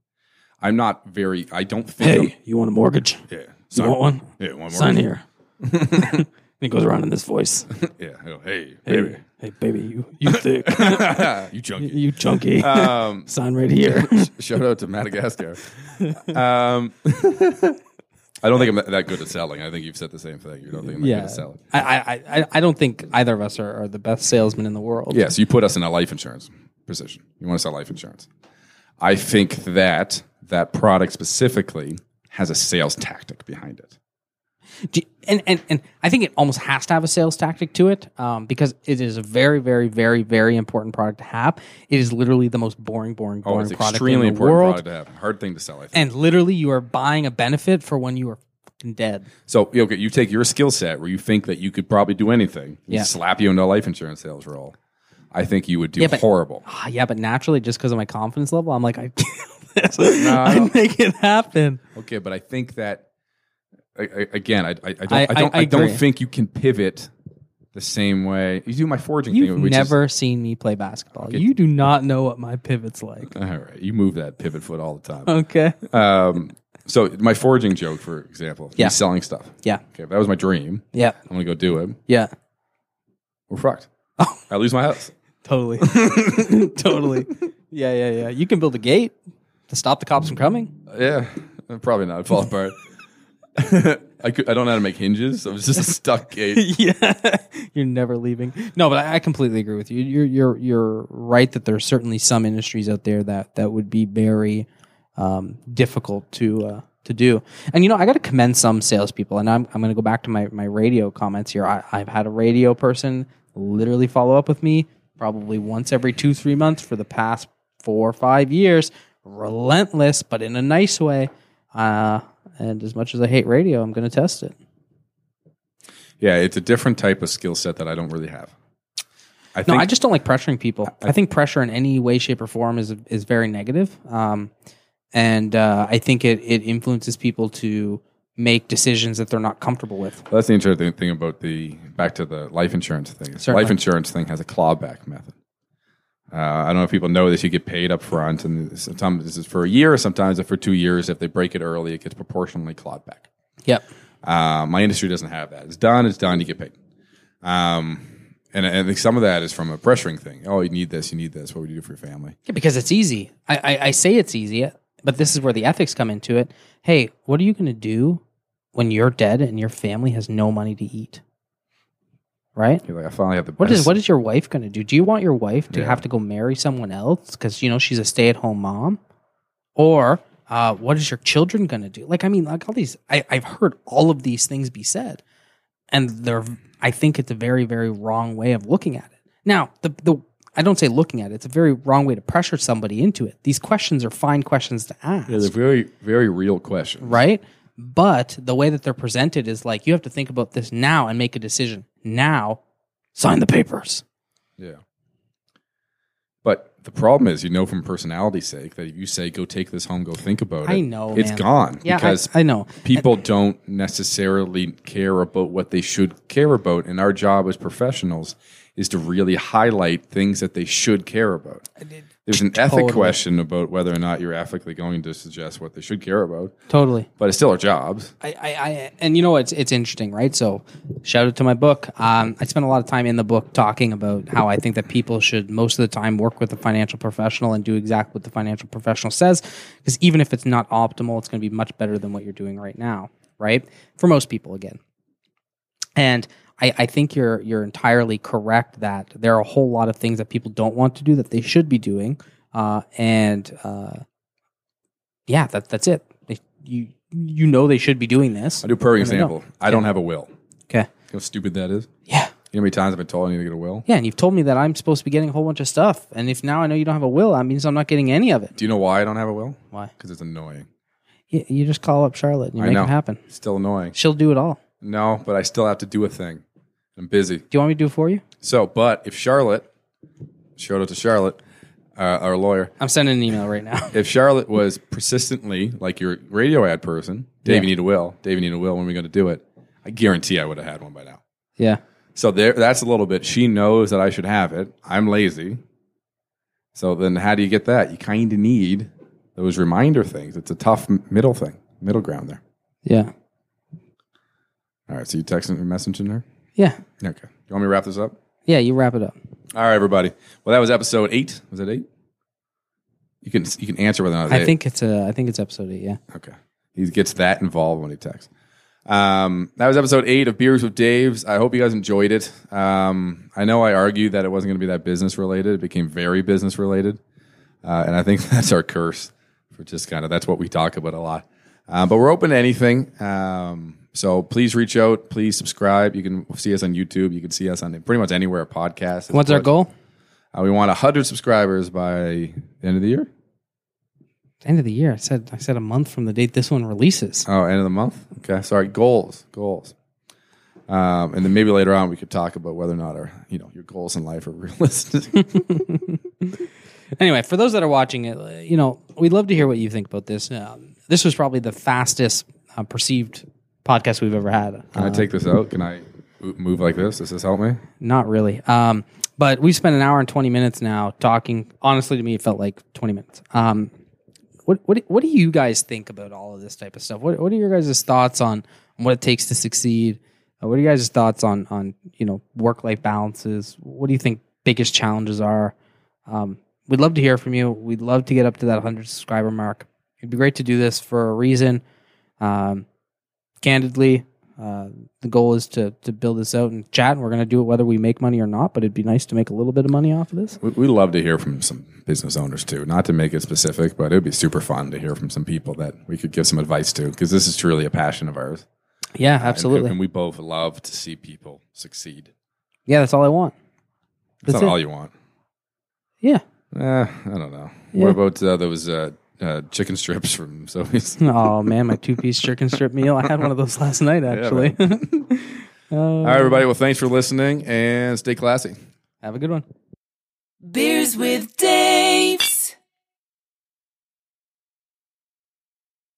Speaker 2: I'm not very. I don't think.
Speaker 3: hey, you want a mortgage?
Speaker 2: I'm, yeah.
Speaker 3: You
Speaker 2: So,
Speaker 3: want one?
Speaker 2: yeah. One more.
Speaker 3: Sign here. and it goes around in this voice.
Speaker 2: Yeah. oh, Hey, baby.
Speaker 3: Hey, baby, you you thick,
Speaker 2: you junkie.
Speaker 3: you chunky.
Speaker 2: Um,
Speaker 3: Sign right here.
Speaker 2: shout out to Madagascar. Um, I don't think I'm that- that good at selling. I think you've said the same thing. You don't think I'm that good
Speaker 3: yeah,
Speaker 2: at selling.
Speaker 3: I, I I I don't think either of us are, are the best salesmen in the world.
Speaker 2: Yeah, so you put us in a life insurance position. You want to sell life insurance. I think that that product specifically has a sales tactic behind it.
Speaker 3: Do- and, and and I think it almost has to have a sales tactic to it um, because it is a very very very very important product to have. It is literally the most boring boring
Speaker 2: Oh,
Speaker 3: boring
Speaker 2: it's
Speaker 3: product
Speaker 2: extremely
Speaker 3: in the
Speaker 2: important
Speaker 3: world,
Speaker 2: product to have. Hard thing to sell, I think.
Speaker 3: and literally you are buying a benefit for when you are fucking dead.
Speaker 2: so you know, okay, you take your skill set where you think that you could probably do anything,
Speaker 3: Yeah.
Speaker 2: yeah. slap you into a life insurance sales role. I think you would do
Speaker 3: Yeah, but-
Speaker 2: horrible.
Speaker 3: Ah, yeah, but naturally, just because of my confidence level, I'm like I. This.
Speaker 2: I
Speaker 3: I
Speaker 2: don't-
Speaker 3: make it happen.
Speaker 2: Okay, but I think that I, I, again, I, I, I don't, I,
Speaker 3: I-
Speaker 2: don't,
Speaker 3: I
Speaker 2: I, don't
Speaker 3: agree.
Speaker 2: think you can pivot the same way. You do my forging
Speaker 3: You've
Speaker 2: thing, which is-
Speaker 3: never seen me play basketball. You do not know what my pivot's like.
Speaker 2: all right. You move that pivot foot all the time.
Speaker 3: Okay.
Speaker 2: Um, so my foraging joke, for example,
Speaker 3: Yeah.
Speaker 2: yeah. selling stuff.
Speaker 3: Yeah.
Speaker 2: Okay, if that was my dream.
Speaker 3: Yeah.
Speaker 2: I'm gonna go do it.
Speaker 3: Yeah.
Speaker 2: We're fucked.
Speaker 3: Oh.
Speaker 2: I lose my house.
Speaker 3: Totally. totally. Yeah, yeah, yeah. You can build a gate to stop the cops from coming.
Speaker 2: Yeah, probably not. It'd fall apart. I could, I don't know how to make hinges. So it's just a stuck gate.
Speaker 3: yeah. You're never leaving. No, but I, I completely agree with you. You're you're you're right that there's certainly some industries out there that that would be very um, difficult to uh, to do. And you know, I got to commend some salespeople. And I'm I'm going to go back to my my radio comments here. I, I've had a radio person literally follow up with me probably once every two three months for the past four or five years. Relentless, but in a nice way. Uh, and as much as I hate radio, I'm going to test it.
Speaker 2: Yeah, it's a different type of skill set that I don't really have. I
Speaker 3: No,
Speaker 2: think
Speaker 3: I just don't like pressuring people. I, think pressure in any way, shape, or form is is very negative. Um, and uh, I think it it influences people to make decisions that they're not comfortable with.
Speaker 2: that's the interesting thing about the back to the life insurance thing. The
Speaker 3: Certainly.
Speaker 2: Life insurance thing has a clawback method. Uh, I don't know if people know this. You get paid up front, and sometimes this is for a year, sometimes it's for two years. If they break it early, it gets proportionally clawed back.
Speaker 3: Yep.
Speaker 2: Uh, my industry doesn't have that. It's done. It's done. You get paid. Um, and, and I think some of that is from a pressuring thing. Oh, you need this. You need this. What would you do for your family?
Speaker 3: Yeah, because it's easy. I, I, I say it's easy, but this is where the ethics come into it. Hey, what are you going to do when you're dead and your family has no money to eat? Right.
Speaker 2: You're like, I finally have the.
Speaker 3: What
Speaker 2: best.
Speaker 3: is what is your wife going to do? Do you want your wife to
Speaker 2: Yeah.
Speaker 3: have to go marry someone else because you know she's a stay at home mom, or uh, what is your children going to do? Like, I mean, like all these, I, I've heard all of these things be said, and they're. I think it's a very very wrong way of looking at it. Now, the the I don't say looking at it; it's a very wrong way to pressure somebody into it. These questions are fine questions to ask
Speaker 2: It's a very very real question.
Speaker 3: right? But the way that they're presented is like you have to think about this now and make a decision now. Sign the papers.
Speaker 2: Yeah. But the problem is, you know, from personality's sake, that if you say, "Go take this home. Go think about it,"
Speaker 3: I know,
Speaker 2: it's
Speaker 3: man.
Speaker 2: gone.
Speaker 3: Yeah,
Speaker 2: because
Speaker 3: I, I know.
Speaker 2: people don't necessarily care about what they should care about, and our job as professionals is to really highlight things that they should care about. There's an ethic
Speaker 3: Totally.
Speaker 2: question about whether or not you're ethically going to suggest what they should care about,
Speaker 3: Totally.
Speaker 2: but it's still our jobs.
Speaker 3: I, I, I and you know it's it's interesting, right? So shout out to my book. Um, I spent a lot of time in the book talking about how I think that people should most of the time work with a financial professional and do exactly what the financial professional says, because even if it's not optimal, it's going to be much better than what you're doing right now, right? For most people, again. And I, I think you're you're entirely correct that there are a whole lot of things that people don't want to do that they should be doing, uh, and uh, yeah, that that's it. They, you you know they should be doing this.
Speaker 2: I do perfect
Speaker 3: And they don't.
Speaker 2: example. I don't have a will. You
Speaker 3: Okay.
Speaker 2: know how stupid that is? You
Speaker 3: Yeah.
Speaker 2: know how many times I've been told I need to get a will?
Speaker 3: Yeah, and you've told me that I'm supposed to be getting a whole bunch of stuff, and if now I know you don't have a will, that means I'm not getting any of it.
Speaker 2: Do you know why I don't have a will?
Speaker 3: Why?
Speaker 2: Because it's annoying.
Speaker 3: You, you just call up Charlotte and you
Speaker 2: I
Speaker 3: make
Speaker 2: know.
Speaker 3: it happen.
Speaker 2: It's still annoying.
Speaker 3: She'll do it all.
Speaker 2: No, but I still have to do a thing. I'm busy.
Speaker 3: Do you want me to do it for you?
Speaker 2: So, but if Charlotte, shout out to Charlotte, uh, our lawyer,
Speaker 3: I'm sending an email right now.
Speaker 2: if Charlotte was persistently like your radio ad person, Dave, you need a will. Dave, you need a will. When are we going to do it? I guarantee I would have had one by now.
Speaker 3: Yeah.
Speaker 2: So there, that's a little bit. She knows that I should have it. I'm lazy. So then, how do you get that? You kind of need those reminder things. It's a tough m- middle thing, middle ground there.
Speaker 3: Yeah.
Speaker 2: All right. So you texting, you messaging her?
Speaker 3: Yeah.
Speaker 2: Okay. You want me to wrap this up?
Speaker 3: Yeah. You wrap it up.
Speaker 2: All right, everybody. Well, that was episode eight. Was it eight? You can you can answer whether or not it's
Speaker 3: I
Speaker 2: eight.
Speaker 3: think it's uh, I think it's episode eight. Yeah.
Speaker 2: Okay. He gets that involved when he texts. Um, that was episode eight of Beers with Dave's. I hope you guys enjoyed it. Um, I know I argued that it wasn't going to be that business related. It became very business related. Uh, and I think that's our curse for just kind of that's what we talk about a lot. Um, but we're open to anything. Um, so please reach out. Please subscribe. You can see us on YouTube. You can see us on pretty much anywhere a podcast. is
Speaker 3: What's our
Speaker 2: put.
Speaker 3: goal?
Speaker 2: Uh, we want 100 subscribers by the end of the year.
Speaker 3: End of the year. I said I said a month from the date this one releases.
Speaker 2: Oh, end of the month. Okay, sorry. Goals, goals. Um, and then maybe later on we could talk about whether or not our, you know, your goals in life are realistic.
Speaker 3: Anyway, for those that are watching it, uh, you know, we'd love to hear what you think about this. Um, this was probably the fastest uh, perceived podcast we've ever had.
Speaker 2: Can I take this out? Can I o- move like this? Does this help me?
Speaker 3: Not really. Um, but we spent an hour and twenty minutes now talking. Honestly, to me, it felt like twenty minutes. Um, what what what do you guys think about all of this type of stuff? What what are your guys' thoughts on what it takes to succeed? Uh, what are you guys' thoughts on on you know work life balances? What do you think biggest challenges are? Um, we'd love to hear from you. We'd love to get up to that hundred subscriber mark. It'd be great to do this for a reason. Um, candidly, uh, the goal is to to build this out and chat. And we're going to do it whether we make money or not, but it'd be nice to make a little bit of money off of this.
Speaker 2: We, we love to hear from some business owners too. Not to make it specific, but it would be super fun to hear from some people that we could give some advice to because this is truly a passion of ours.
Speaker 3: Yeah,
Speaker 2: And-
Speaker 3: absolutely.
Speaker 2: And, we both love to see people succeed.
Speaker 3: yeah, that's all I want.
Speaker 2: That's,
Speaker 3: That's
Speaker 2: not
Speaker 3: it.
Speaker 2: all you want.
Speaker 3: Yeah.
Speaker 2: Eh, I don't know.
Speaker 3: Yeah.
Speaker 2: What about uh, those uh, uh, chicken strips from Sophie's?
Speaker 3: Oh man, my two piece chicken strip meal. I had one of those last night actually. Uh,
Speaker 2: All right, everybody. Well, thanks for listening and stay classy.
Speaker 3: Have a good one.
Speaker 1: Beers with Dave.